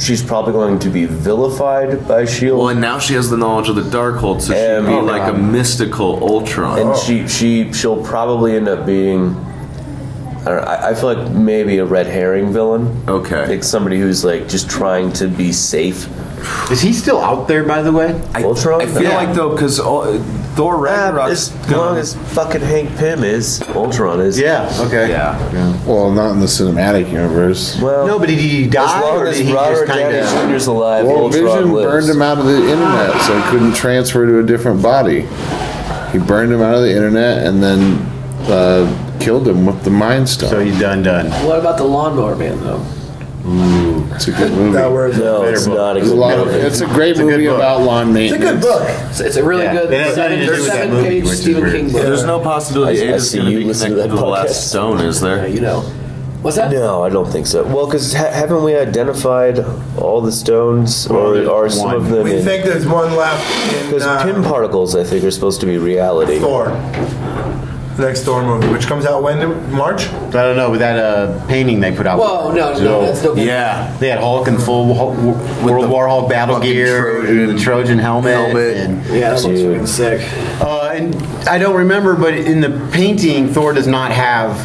[SPEAKER 6] She's probably going to be vilified by Shield.
[SPEAKER 17] Well, and now she has the knowledge of the Darkhold, so she'd be
[SPEAKER 6] Um,
[SPEAKER 17] like a mystical Ultron.
[SPEAKER 10] Oh.
[SPEAKER 6] and she she she'll probably end up being. I, don't know, I I feel like maybe a red herring villain.
[SPEAKER 17] Okay,
[SPEAKER 6] like somebody who's like just trying to be safe.
[SPEAKER 8] Is he still out there, by the way?
[SPEAKER 6] Ultron.
[SPEAKER 14] I feel like though, because Thor Ragnarok.
[SPEAKER 6] As long as fucking Hank Pym is, Ultron is.
[SPEAKER 8] Yeah. Okay.
[SPEAKER 17] Yeah.
[SPEAKER 10] Well, not in the cinematic universe.
[SPEAKER 6] Well,
[SPEAKER 8] no, but did he die?
[SPEAKER 6] As long
[SPEAKER 8] or
[SPEAKER 6] as
[SPEAKER 8] did he just
[SPEAKER 6] Robert
[SPEAKER 8] kinda-
[SPEAKER 6] Downey Jr.'s alive,
[SPEAKER 10] Well,
[SPEAKER 6] Ultron
[SPEAKER 10] Vision
[SPEAKER 6] lives.
[SPEAKER 10] burned him out of the internet, so he couldn't transfer to a different body. He burned him out of the internet and then uh, killed him with the Mind Stone. So
[SPEAKER 8] he's done, done.
[SPEAKER 4] What about the Lawnmower Man though?
[SPEAKER 10] Ooh, it's a good movie.
[SPEAKER 6] no, it's not a
[SPEAKER 10] It's a
[SPEAKER 6] good
[SPEAKER 10] lot of-
[SPEAKER 6] movie.
[SPEAKER 10] it's a great movie about lawn maintenance.
[SPEAKER 4] It's, it's a really
[SPEAKER 10] Yeah.
[SPEAKER 4] good
[SPEAKER 10] It has nothing to do
[SPEAKER 4] seven,
[SPEAKER 10] with that
[SPEAKER 4] seven
[SPEAKER 10] movie,
[SPEAKER 4] page
[SPEAKER 10] which is
[SPEAKER 4] Stephen
[SPEAKER 10] weird.
[SPEAKER 4] King book.
[SPEAKER 17] There's no possibility
[SPEAKER 6] I- I
[SPEAKER 17] Ada's
[SPEAKER 6] see
[SPEAKER 17] going to
[SPEAKER 6] you
[SPEAKER 17] be
[SPEAKER 6] listen
[SPEAKER 17] connected
[SPEAKER 6] to
[SPEAKER 17] to,
[SPEAKER 6] that
[SPEAKER 17] the
[SPEAKER 6] podcast.
[SPEAKER 17] last stone, is there?
[SPEAKER 4] Uh, you know. What's that?
[SPEAKER 6] No, I don't think so. Well, because ha- haven't we identified all the stones, or are some of them?
[SPEAKER 9] We
[SPEAKER 6] in-
[SPEAKER 9] think there's one left in
[SPEAKER 6] Because
[SPEAKER 9] uh,
[SPEAKER 6] pin particles, I think, are supposed to be reality.
[SPEAKER 9] Thor, the next Thor movie, which comes out when? March?
[SPEAKER 8] I don't know, but that uh, painting they put out.
[SPEAKER 9] Whoa, no, no, that's no good.
[SPEAKER 8] Yeah, they had Hulk in full Hulk, World War Hulk battle gear, the Trojan helmet. and-
[SPEAKER 4] Yeah, that looks freaking sick.
[SPEAKER 8] Uh, and I don't remember, but in the painting, Thor does not have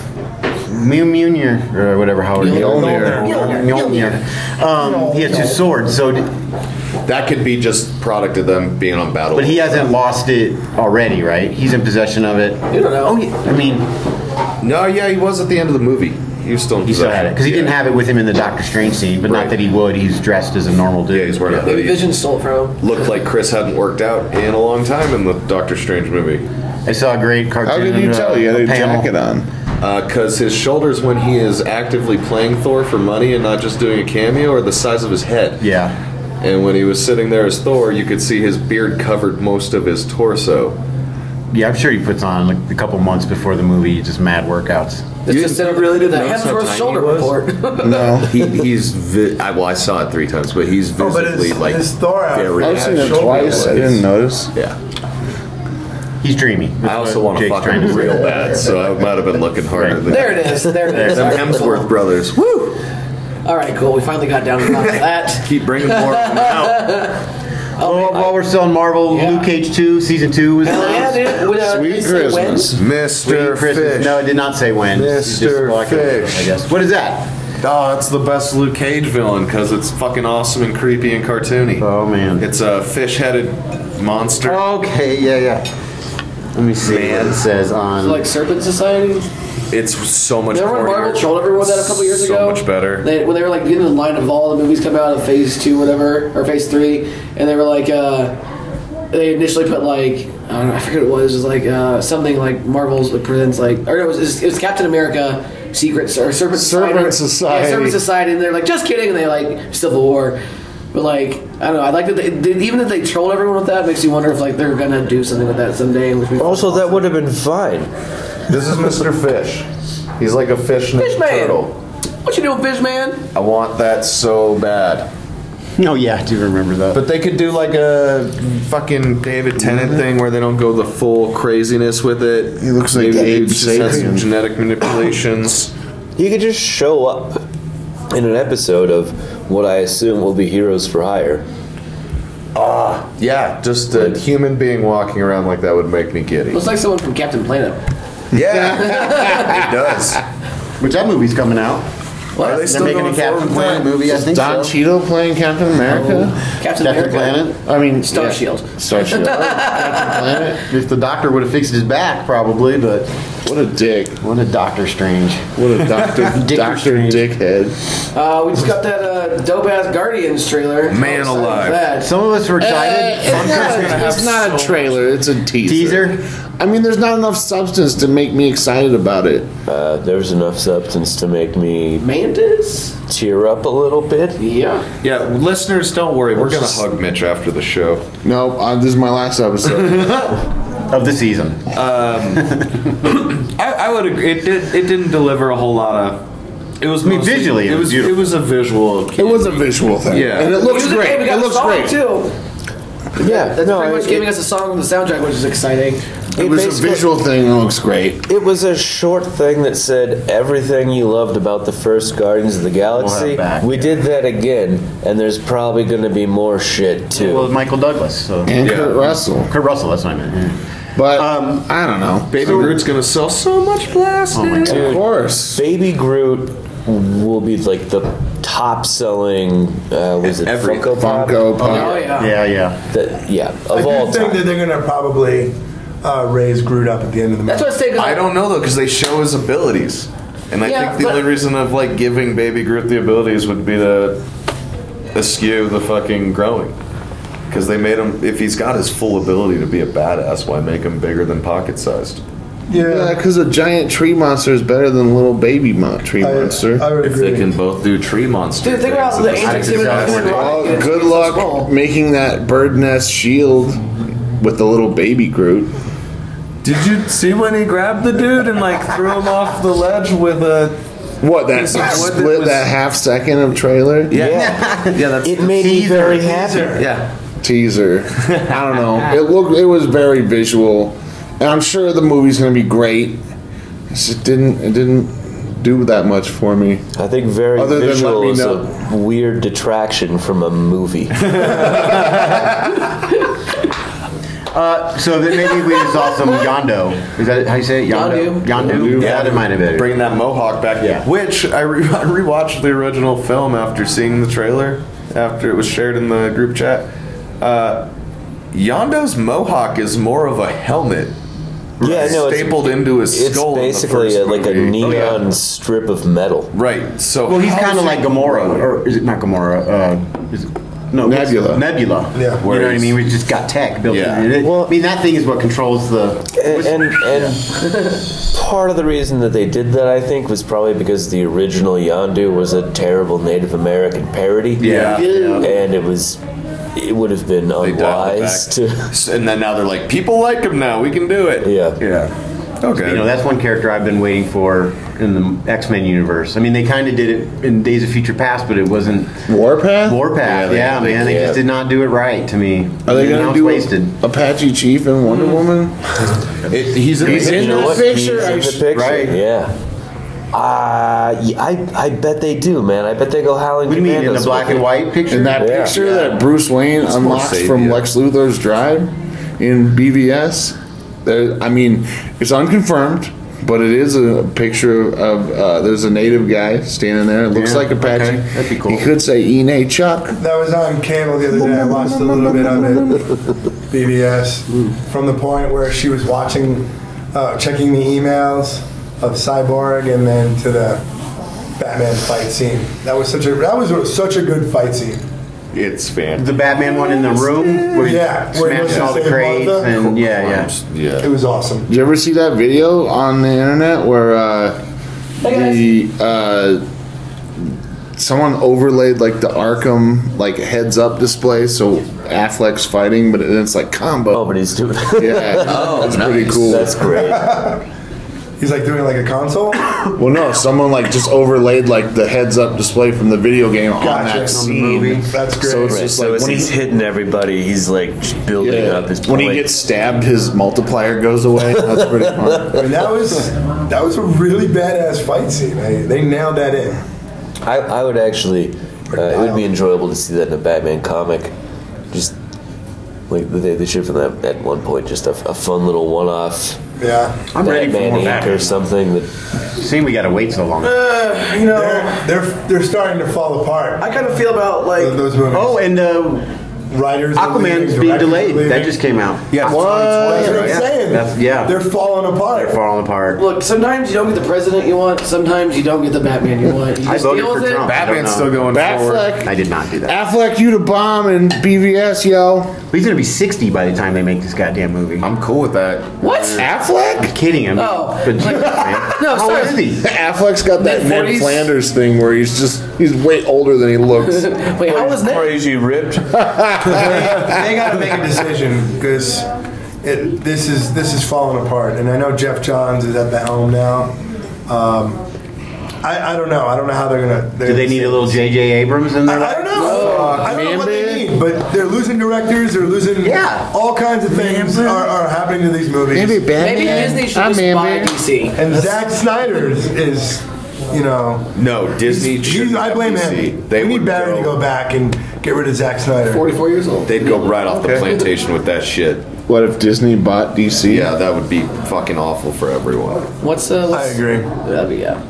[SPEAKER 8] Mew Munir or whatever Howard
[SPEAKER 17] Mjolnir.
[SPEAKER 8] Mjolnir. Mjolnir. Um, he has two swords, so d-
[SPEAKER 17] That could be just product of them being on battle.
[SPEAKER 8] but he hasn't lost it already, right? He's in possession of it.
[SPEAKER 4] You don't know.
[SPEAKER 8] Oh, yeah. I mean,
[SPEAKER 17] No, yeah, he was at the end of the movie. He was still in
[SPEAKER 8] he still had
[SPEAKER 17] possession.
[SPEAKER 8] it because he didn't have it with him in the Doctor Strange scene, but not that he would. He's dressed as a normal dude. Yeah,
[SPEAKER 17] he's wearing a
[SPEAKER 4] Maybe
[SPEAKER 17] hoodie.
[SPEAKER 4] Vision stole it from him.
[SPEAKER 17] Looked like Chris hadn't worked out in a long time in the Doctor Strange movie.
[SPEAKER 8] I saw a great cartoon. uh,
[SPEAKER 10] How can you tell? He had a jacket on.
[SPEAKER 17] Because Uh, his shoulders, when he is actively playing Thor for money and not just doing a cameo, are the size of his head.
[SPEAKER 8] Yeah.
[SPEAKER 17] And when he was sitting there as Thor, you could see his beard covered most of his torso.
[SPEAKER 8] Yeah, I'm sure he puts on like a couple months before the movie, just mad workouts.
[SPEAKER 4] It's just set up really did the
[SPEAKER 17] notice how tiny
[SPEAKER 4] Hemsworth
[SPEAKER 17] he
[SPEAKER 4] shoulder
[SPEAKER 17] was?
[SPEAKER 4] report.
[SPEAKER 17] No, he, he's. Vi- I, well, I saw it three times, but he's
[SPEAKER 9] Oh, but
[SPEAKER 17] visibly
[SPEAKER 9] his-
[SPEAKER 17] like
[SPEAKER 9] his Thor outfit
[SPEAKER 17] very.
[SPEAKER 9] had I've seen it shoulder twice, I didn't
[SPEAKER 10] notice.
[SPEAKER 17] Yeah,
[SPEAKER 8] he's dreamy.
[SPEAKER 17] I also want to
[SPEAKER 8] Jake's
[SPEAKER 17] fuck
[SPEAKER 8] trying
[SPEAKER 17] him
[SPEAKER 8] to say.
[SPEAKER 17] real bad, so I might have been looking harder. Than
[SPEAKER 4] There it is, there it is.
[SPEAKER 17] Them Hemsworth brothers. Woo!
[SPEAKER 4] All right, cool. We finally got down to that.
[SPEAKER 17] Keep bringing more of them out.
[SPEAKER 8] Well, Oh, while we're still on Marvel, Luke Cage 2, Season 2 was
[SPEAKER 4] Hell yeah, dude. Would, uh, Sweet they say when? Christmas.
[SPEAKER 8] Mr. Fish. No, it did not say when. It's just
[SPEAKER 17] Mr.
[SPEAKER 8] like a-
[SPEAKER 17] Fish.
[SPEAKER 8] I guess. What is that?
[SPEAKER 17] Oh, that's the best Luke Cage villain because it's fucking awesome and creepy and cartoony.
[SPEAKER 8] Oh man,
[SPEAKER 17] it's a fish-headed monster.
[SPEAKER 4] Oh.
[SPEAKER 8] Okay, yeah, yeah. Let me see what it says on.
[SPEAKER 4] Like Serpent Society?
[SPEAKER 17] It's so much.
[SPEAKER 4] Remember when
[SPEAKER 17] cornier.
[SPEAKER 4] Marvel trolled everyone with that a couple years
[SPEAKER 17] so
[SPEAKER 4] ago?
[SPEAKER 17] much better.
[SPEAKER 4] They, when they were like getting in line of all the movies coming out of phase two, whatever, or phase three, and they were like, uh, they initially put like, I don't know, I forget what it was, it was like uh, something like Marvel's like, presents like, or no, it was, it was Captain America, Secret or Serpent Society.
[SPEAKER 10] Serpent
[SPEAKER 4] Yeah,
[SPEAKER 10] Society.
[SPEAKER 4] Serpent Society, and they're like, just kidding, and they like Civil War. But like, I don't know, I like that they, they, even if they trolled everyone with that, it makes you wonder if like they're gonna
[SPEAKER 10] Oh.
[SPEAKER 4] do something with that someday. Which we
[SPEAKER 6] Also, that would have been fine.
[SPEAKER 14] This is Mr. Fish.
[SPEAKER 10] He's like a fish in a
[SPEAKER 4] Fish man.
[SPEAKER 10] turtle.
[SPEAKER 4] What you doing, fish man?
[SPEAKER 10] I want that so bad.
[SPEAKER 8] No, Oh, yeah, I do remember that.
[SPEAKER 10] But they could do like a fucking David Tennant thing where they don't go the full craziness with it. He looks
[SPEAKER 8] like
[SPEAKER 10] Maybe they
[SPEAKER 8] Abe
[SPEAKER 10] just had some
[SPEAKER 6] Sapien.
[SPEAKER 10] genetic manipulations.
[SPEAKER 6] You could just show up in an episode of what I assume will be Heroes for Hire.
[SPEAKER 10] Ah, yeah, just a human being walking around like that would make me giddy.
[SPEAKER 4] Looks like someone from Captain Planet.
[SPEAKER 10] Yeah, it does.
[SPEAKER 8] Which that movie's coming out.
[SPEAKER 4] What?
[SPEAKER 8] Are they still
[SPEAKER 4] making
[SPEAKER 8] going forward with that? Is
[SPEAKER 18] Don
[SPEAKER 8] Don
[SPEAKER 18] Cheadle playing Captain America?
[SPEAKER 4] Captain
[SPEAKER 8] Captain
[SPEAKER 4] America.
[SPEAKER 8] Planet. I mean,
[SPEAKER 4] Star
[SPEAKER 8] yeah.
[SPEAKER 4] Shield.
[SPEAKER 8] Star Shield. Captain Planet. If the doctor would have fixed his back, probably. But
[SPEAKER 18] what a dick!
[SPEAKER 8] What a Doctor Strange.
[SPEAKER 18] What a Doctor Doctor Dickhead.
[SPEAKER 4] Uh, we just got that uh, dope ass Guardians trailer. Man
[SPEAKER 18] alive.
[SPEAKER 4] That.
[SPEAKER 8] Some of us were excited.
[SPEAKER 18] it's not, it's not a trailer. It's a teaser. Teaser. I mean, there's not enough substance to make me excited about it.
[SPEAKER 6] Uh, there's enough substance to make me
[SPEAKER 4] Mantis?
[SPEAKER 6] cheer up a little bit.
[SPEAKER 4] Yeah.
[SPEAKER 10] Yeah, listeners, don't worry. We're gonna
[SPEAKER 6] Just-
[SPEAKER 10] hug Mitch after the show.
[SPEAKER 18] No, uh, this is my last episode.
[SPEAKER 10] of the season. Um, I, I would agree. It, did, it didn't deliver a whole lot of. It was
[SPEAKER 8] mean,
[SPEAKER 10] mostly-
[SPEAKER 8] visually, it
[SPEAKER 10] It
[SPEAKER 8] was
[SPEAKER 10] was. It
[SPEAKER 8] beautiful.
[SPEAKER 10] was a visual.
[SPEAKER 18] it was a visual thing.
[SPEAKER 10] Yeah.
[SPEAKER 18] and it looks
[SPEAKER 4] Music, hey,
[SPEAKER 18] great.
[SPEAKER 4] we
[SPEAKER 18] It
[SPEAKER 4] got
[SPEAKER 18] looks
[SPEAKER 4] song,
[SPEAKER 18] great.
[SPEAKER 4] too.
[SPEAKER 6] Yeah,
[SPEAKER 4] That's
[SPEAKER 6] no,
[SPEAKER 4] pretty much
[SPEAKER 6] it-
[SPEAKER 4] giving us a song with the soundtrack, which is exciting.
[SPEAKER 18] It, was a visual thing. It looks great.
[SPEAKER 6] It was a short thing that said everything you loved about the first Guardians of the Galaxy.
[SPEAKER 8] back,
[SPEAKER 6] we did that again, and there's probably going to be more shit too.
[SPEAKER 8] Well, Michael Douglas. So.
[SPEAKER 18] And Kurt Russell.
[SPEAKER 8] Kurt Russell, that's what I meant. yeah.
[SPEAKER 18] But I don't know.
[SPEAKER 10] Baby Groot's gonna sell so much
[SPEAKER 18] Oh
[SPEAKER 10] plastic.
[SPEAKER 6] Dude,
[SPEAKER 18] course.
[SPEAKER 6] Baby Groot will be like the top selling. Uh, was it
[SPEAKER 10] Every-
[SPEAKER 6] Funko Pop?
[SPEAKER 18] Funko
[SPEAKER 9] Pop. Oh, yeah. Yeah,
[SPEAKER 6] yeah. That- yeah, of
[SPEAKER 9] I do
[SPEAKER 6] all
[SPEAKER 9] think
[SPEAKER 6] time.
[SPEAKER 9] that they're going to probably uh, raise Groot up at the end of the movie.
[SPEAKER 4] That's what I say. 'cause
[SPEAKER 10] I don't know though because they show his abilities, and I
[SPEAKER 4] Yeah,
[SPEAKER 10] think the
[SPEAKER 4] but-
[SPEAKER 10] only reason of like giving Baby Groot the abilities would be to eschew the fucking growing. Because they made him, if he's got his full ability to be a badass, why make him bigger than pocket sized?
[SPEAKER 18] Yeah, because a giant tree monster is better than a little baby mon- tree monster.
[SPEAKER 10] If they can both do tree monster.
[SPEAKER 4] Dude, think about
[SPEAKER 10] things at
[SPEAKER 4] the
[SPEAKER 10] same
[SPEAKER 4] anti-Semitic
[SPEAKER 10] time.
[SPEAKER 4] food rock.
[SPEAKER 18] Well, good luck making that bird nest shield with the little baby Groot.
[SPEAKER 10] Did you see when he grabbed the dude and like threw him off the ledge with a
[SPEAKER 18] What that
[SPEAKER 10] piece of wood
[SPEAKER 18] split that,
[SPEAKER 10] was-
[SPEAKER 18] half second of trailer?
[SPEAKER 10] yeah yeah that's
[SPEAKER 6] It made me very happy.
[SPEAKER 10] yeah
[SPEAKER 18] Teaser. I don't know. It looked. It was very visual, and I'm sure the movie's gonna be great. It just didn't. It didn't do that much for me.
[SPEAKER 6] I think very
[SPEAKER 18] Other than let
[SPEAKER 6] visual
[SPEAKER 18] me
[SPEAKER 6] is
[SPEAKER 18] know-
[SPEAKER 6] a weird detraction from a movie.
[SPEAKER 8] Uh, so then maybe we just saw some Yondo. Is that how you say it? Yondo. Yondo. Yeah, that might have been. it.
[SPEAKER 10] Bring that mohawk back.
[SPEAKER 8] Yeah.
[SPEAKER 10] Which I, re- I rewatched the original film after seeing the trailer, after it was shared in the group chat. Uh, Yondo's mohawk is more of a helmet.
[SPEAKER 6] yeah, no, it's
[SPEAKER 10] stapled into his
[SPEAKER 6] It's
[SPEAKER 10] skull. in the
[SPEAKER 6] basically
[SPEAKER 10] first
[SPEAKER 6] a, like a
[SPEAKER 10] movie. Oh,
[SPEAKER 6] neon
[SPEAKER 18] Oh,
[SPEAKER 6] strip of metal.
[SPEAKER 10] Right. So
[SPEAKER 8] Well, he's
[SPEAKER 10] how
[SPEAKER 8] kind of
[SPEAKER 10] is
[SPEAKER 8] like
[SPEAKER 10] he-
[SPEAKER 8] Gamora, or is it not Gamora? Uh, is it, no, it's
[SPEAKER 18] Nebula.
[SPEAKER 8] Nebula.
[SPEAKER 9] Yeah.
[SPEAKER 8] You know what I mean? We just got tech built
[SPEAKER 10] Yeah.
[SPEAKER 8] in. It, I mean, that thing is what controls the.
[SPEAKER 6] And and, and part of the reason that they did that, I think, was probably because the original Yondu was a terrible Native American parody.
[SPEAKER 10] Yeah. Yeah.
[SPEAKER 6] and it was it would have been
[SPEAKER 10] dialed it
[SPEAKER 6] unwise
[SPEAKER 10] back.
[SPEAKER 6] to.
[SPEAKER 10] S- And then now they're like, people like him now. We can do it.
[SPEAKER 6] Yeah,
[SPEAKER 10] Yeah. Okay.
[SPEAKER 8] You know, that's one character I've been waiting for in the X Men universe. I mean, they kind of did it in Days of Future Past, but it wasn't
[SPEAKER 18] Warpath.
[SPEAKER 8] Warpath. Yeah,
[SPEAKER 18] Yeah, they-
[SPEAKER 8] man, they
[SPEAKER 18] yeah.
[SPEAKER 8] just did not do it right to me.
[SPEAKER 18] Are they
[SPEAKER 8] Now
[SPEAKER 18] gonna
[SPEAKER 8] it's
[SPEAKER 18] do
[SPEAKER 8] wasted? Hmm.
[SPEAKER 18] Apache Chief and Wonder Woman?
[SPEAKER 10] It- he's in
[SPEAKER 18] He's
[SPEAKER 10] the
[SPEAKER 18] in
[SPEAKER 10] picture.
[SPEAKER 18] the
[SPEAKER 6] What?
[SPEAKER 18] picture.
[SPEAKER 6] He's
[SPEAKER 18] I
[SPEAKER 6] in the
[SPEAKER 18] just-
[SPEAKER 6] picture.
[SPEAKER 8] right.
[SPEAKER 6] Yeah. Uh, y- I I bet they do, man. I bet they go howling.
[SPEAKER 8] What do you mean in the
[SPEAKER 6] Commandos
[SPEAKER 8] black
[SPEAKER 6] with
[SPEAKER 8] and
[SPEAKER 6] it.
[SPEAKER 8] white picture?
[SPEAKER 18] In that
[SPEAKER 6] Yeah.
[SPEAKER 18] picture that Bruce Wayne
[SPEAKER 10] It's more
[SPEAKER 18] unlocks
[SPEAKER 10] safe,
[SPEAKER 18] from
[SPEAKER 10] yeah.
[SPEAKER 18] Lex Luthor's drive in BVS, there, I mean, it's unconfirmed, but it is a picture of uh, there's a native guy standing there. It looks
[SPEAKER 8] Yeah,
[SPEAKER 18] like Apache.
[SPEAKER 8] okay. That'd be cool.
[SPEAKER 18] He could say Ene Chuck.
[SPEAKER 9] That was on cable the other day. I watched a little bit of it, BBS, from the point where she was watching, uh, checking the emails of Cyborg, and then to the Batman fight scene. That was such a that was a- such a good fight scene.
[SPEAKER 10] It's fan.
[SPEAKER 8] The Batman one in the room where
[SPEAKER 9] Yeah,
[SPEAKER 8] he's
[SPEAKER 9] where he goes
[SPEAKER 8] smashing
[SPEAKER 9] to
[SPEAKER 8] all the
[SPEAKER 9] save
[SPEAKER 8] crates
[SPEAKER 9] Martha.
[SPEAKER 8] and yeah, yeah.
[SPEAKER 9] It
[SPEAKER 10] Yeah.
[SPEAKER 9] was awesome.
[SPEAKER 18] Did you ever see that video on the internet where uh, the uh, someone overlaid like the Arkham like heads up display, so Affleck's fighting, but it's like combo.
[SPEAKER 6] Oh, but he's doing.
[SPEAKER 18] Yeah,
[SPEAKER 6] Oh,
[SPEAKER 18] that's pretty cool.
[SPEAKER 6] That's great.
[SPEAKER 9] He's like doing like a console.
[SPEAKER 10] Well, no, someone like just overlaid like the heads-up display from the video game on
[SPEAKER 9] Gotcha. On the
[SPEAKER 10] that scene.
[SPEAKER 9] movie. That's great.
[SPEAKER 10] So it's
[SPEAKER 6] Right,
[SPEAKER 10] just
[SPEAKER 6] so
[SPEAKER 10] like
[SPEAKER 6] as
[SPEAKER 10] when
[SPEAKER 6] he's
[SPEAKER 10] he's
[SPEAKER 6] hitting everybody, he's like building up his.
[SPEAKER 10] when he gets stabbed, his multiplier goes away. That's pretty fun.
[SPEAKER 9] I mean, that was that was a really badass fight scene. I, they nailed that in.
[SPEAKER 6] I, I would actually, uh, it would be enjoyable to see that in a Batman comic. Just like they, they should have done that at one point, just a, a fun little one-off.
[SPEAKER 9] Yeah,
[SPEAKER 6] I'm ready for more Batman. Inc. or something. That
[SPEAKER 19] see, we gotta wait so long.
[SPEAKER 4] Uh, you know,
[SPEAKER 9] they're they're starting to fall apart.
[SPEAKER 4] I kind of feel about like
[SPEAKER 9] those movies.
[SPEAKER 19] Oh, and uh,
[SPEAKER 9] writers, are
[SPEAKER 19] Aquaman's being
[SPEAKER 9] leaving, directors are
[SPEAKER 19] delayed. That
[SPEAKER 9] leaving.
[SPEAKER 19] just came out.
[SPEAKER 9] Yeah,
[SPEAKER 19] what?
[SPEAKER 9] That's what I'm saying.
[SPEAKER 19] That's, yeah,
[SPEAKER 9] they're falling apart.
[SPEAKER 19] They're falling apart.
[SPEAKER 4] Look, sometimes you don't get the president you want. Sometimes you don't get the Batman you want. You
[SPEAKER 19] I
[SPEAKER 4] just
[SPEAKER 19] voted
[SPEAKER 4] deal
[SPEAKER 19] for
[SPEAKER 4] with it.
[SPEAKER 19] Trump. I don't know.
[SPEAKER 10] Batfleck.
[SPEAKER 19] I did not do that.
[SPEAKER 10] Affleck, you the bomb and BVS, yo.
[SPEAKER 19] He's gonna be 60 by the time they make this goddamn movie. I'm
[SPEAKER 17] cool with that.
[SPEAKER 4] What?
[SPEAKER 10] Affleck?
[SPEAKER 19] I'm kidding him.
[SPEAKER 4] Oh.
[SPEAKER 19] But Jesus, man.
[SPEAKER 4] No,
[SPEAKER 19] How
[SPEAKER 4] sorry.
[SPEAKER 19] old is he?
[SPEAKER 10] Affleck's got that Ned
[SPEAKER 4] Mid-forties?
[SPEAKER 10] Flanders thing where he's just he's way older than he looks.
[SPEAKER 4] Wait, how was that?
[SPEAKER 6] Crazy ripped.
[SPEAKER 9] they got to make a decision because this is this is falling apart. And I know Jeff Johns is at the helm now. Um, I, I don't know. I don't know how they're gonna. They're
[SPEAKER 19] Do they need a little Uh, J.J. Abrams in there?
[SPEAKER 9] I don't know. I don't know what they need, but they're losing directors. They're losing. Yeah. All kinds of things are, are happening to these movies.
[SPEAKER 10] Maybe Batman.
[SPEAKER 4] Maybe Disney should just buy DC.
[SPEAKER 9] And Zack Snyder is, is, you know.
[SPEAKER 17] No, Disney.
[SPEAKER 9] You, I blame him. They we need Barry to go back and get rid of Zack Snyder.
[SPEAKER 4] 44 years old.
[SPEAKER 17] They'd go right off the
[SPEAKER 10] Okay.
[SPEAKER 17] plantation with that shit.
[SPEAKER 10] What if Disney bought DC?
[SPEAKER 17] Yeah, that would be fucking awful for everyone.
[SPEAKER 4] What's uh?
[SPEAKER 9] I agree.
[SPEAKER 4] That'd be yeah.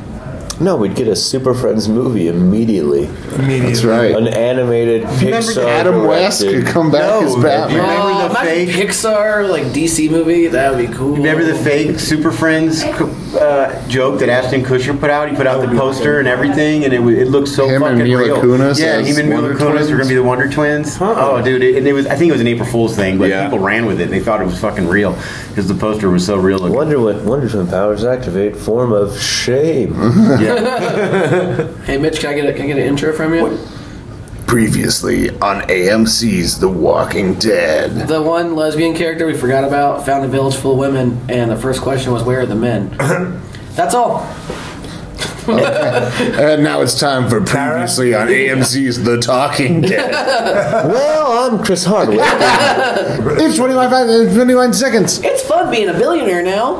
[SPEAKER 6] No, we'd get a Super Friends movie immediately.
[SPEAKER 9] Immediately.
[SPEAKER 10] That's right.
[SPEAKER 6] An animated
[SPEAKER 10] Remember
[SPEAKER 6] Pixar.
[SPEAKER 10] Adam West
[SPEAKER 6] directed-
[SPEAKER 10] could come back as Batman.
[SPEAKER 4] Oh, imagine Pixar like DC movie. That would be cool.
[SPEAKER 19] Remember the fake Super Friends uh, joke that Ashton Kutcher put out? He put out the poster and everything, and it, wa- it looked so
[SPEAKER 10] Him and
[SPEAKER 19] fucking
[SPEAKER 10] Mila
[SPEAKER 19] real.
[SPEAKER 10] Kunis
[SPEAKER 19] yeah,
[SPEAKER 10] as
[SPEAKER 19] him and Mila
[SPEAKER 10] Wonder
[SPEAKER 19] Kunis were gonna be the Wonder Twins. Oh, dude, it, and it was. I think it was an April Fool's thing, but
[SPEAKER 17] Yeah.
[SPEAKER 19] people ran with it. They thought it was fucking real because the poster was so real. Looking.
[SPEAKER 6] Wonder what Wonder Twin powers activate form of shame.
[SPEAKER 4] Hey Mitch, can I get a, can I get an intro from you?
[SPEAKER 7] Previously on AMC's The Walking Dead.
[SPEAKER 4] The one lesbian character we forgot about found a village full of women, and the first question was, "Where are the men?" That's all.
[SPEAKER 10] And now it's time for previously on AMC's The Talking Dead.
[SPEAKER 6] well, I'm Chris Hardwick.
[SPEAKER 10] it's 25 uh, 29 seconds.
[SPEAKER 4] It's fun being a billionaire now.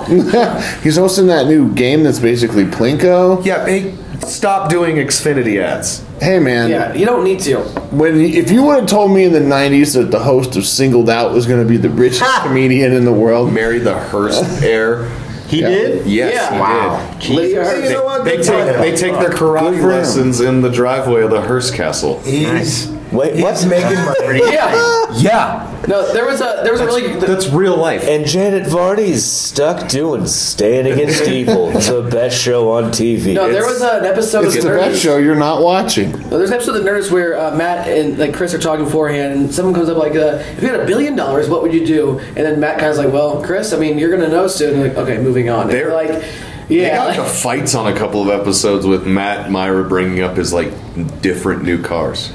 [SPEAKER 10] He's hosting that new game that's basically Plinko.
[SPEAKER 17] Yeah, they stop doing Xfinity ads.
[SPEAKER 10] Hey man,
[SPEAKER 4] Yeah, you don't need to.
[SPEAKER 10] when if you would have told me in the 90s that the host of Singled Out was going to be the richest comedian in the world,
[SPEAKER 17] Married the Hearst heir.
[SPEAKER 19] He did.
[SPEAKER 17] Yes,
[SPEAKER 4] Yeah.
[SPEAKER 17] he
[SPEAKER 19] Wow.
[SPEAKER 17] did.
[SPEAKER 4] Lydia
[SPEAKER 9] Hey, you
[SPEAKER 4] Herbst.
[SPEAKER 9] know what?
[SPEAKER 17] They
[SPEAKER 9] Good
[SPEAKER 17] take
[SPEAKER 9] for him.
[SPEAKER 17] they take their karate
[SPEAKER 10] for him.
[SPEAKER 17] lessons in the driveway of the Hearst Castle.
[SPEAKER 9] He's
[SPEAKER 6] Wait,
[SPEAKER 9] he's
[SPEAKER 6] what?
[SPEAKER 9] making money.
[SPEAKER 4] Yeah.
[SPEAKER 17] Yeah,
[SPEAKER 4] No, there was a there was a really
[SPEAKER 17] that's real life.
[SPEAKER 6] And Janet Varney's stuck doing Stand Against Evil, the best show on TV.
[SPEAKER 4] no there
[SPEAKER 6] It's-
[SPEAKER 4] was an episode
[SPEAKER 10] it's
[SPEAKER 4] of
[SPEAKER 10] the
[SPEAKER 4] the
[SPEAKER 10] best
[SPEAKER 4] Nerds.
[SPEAKER 10] show you're not watching.
[SPEAKER 4] No, there's an episode of the Nerds where uh, Matt and like Chris are talking beforehand, and someone comes up like, uh, "If you had a billion dollars, what would you do?" And then Matt kind of like, "Well, Chris, I mean, you're gonna know soon." And like, okay, moving on. And
[SPEAKER 17] They're-
[SPEAKER 4] you're like,
[SPEAKER 17] They
[SPEAKER 4] yeah,
[SPEAKER 17] got into
[SPEAKER 4] like,
[SPEAKER 17] fights on a couple of episodes with Matt Myra bringing up his like different new cars,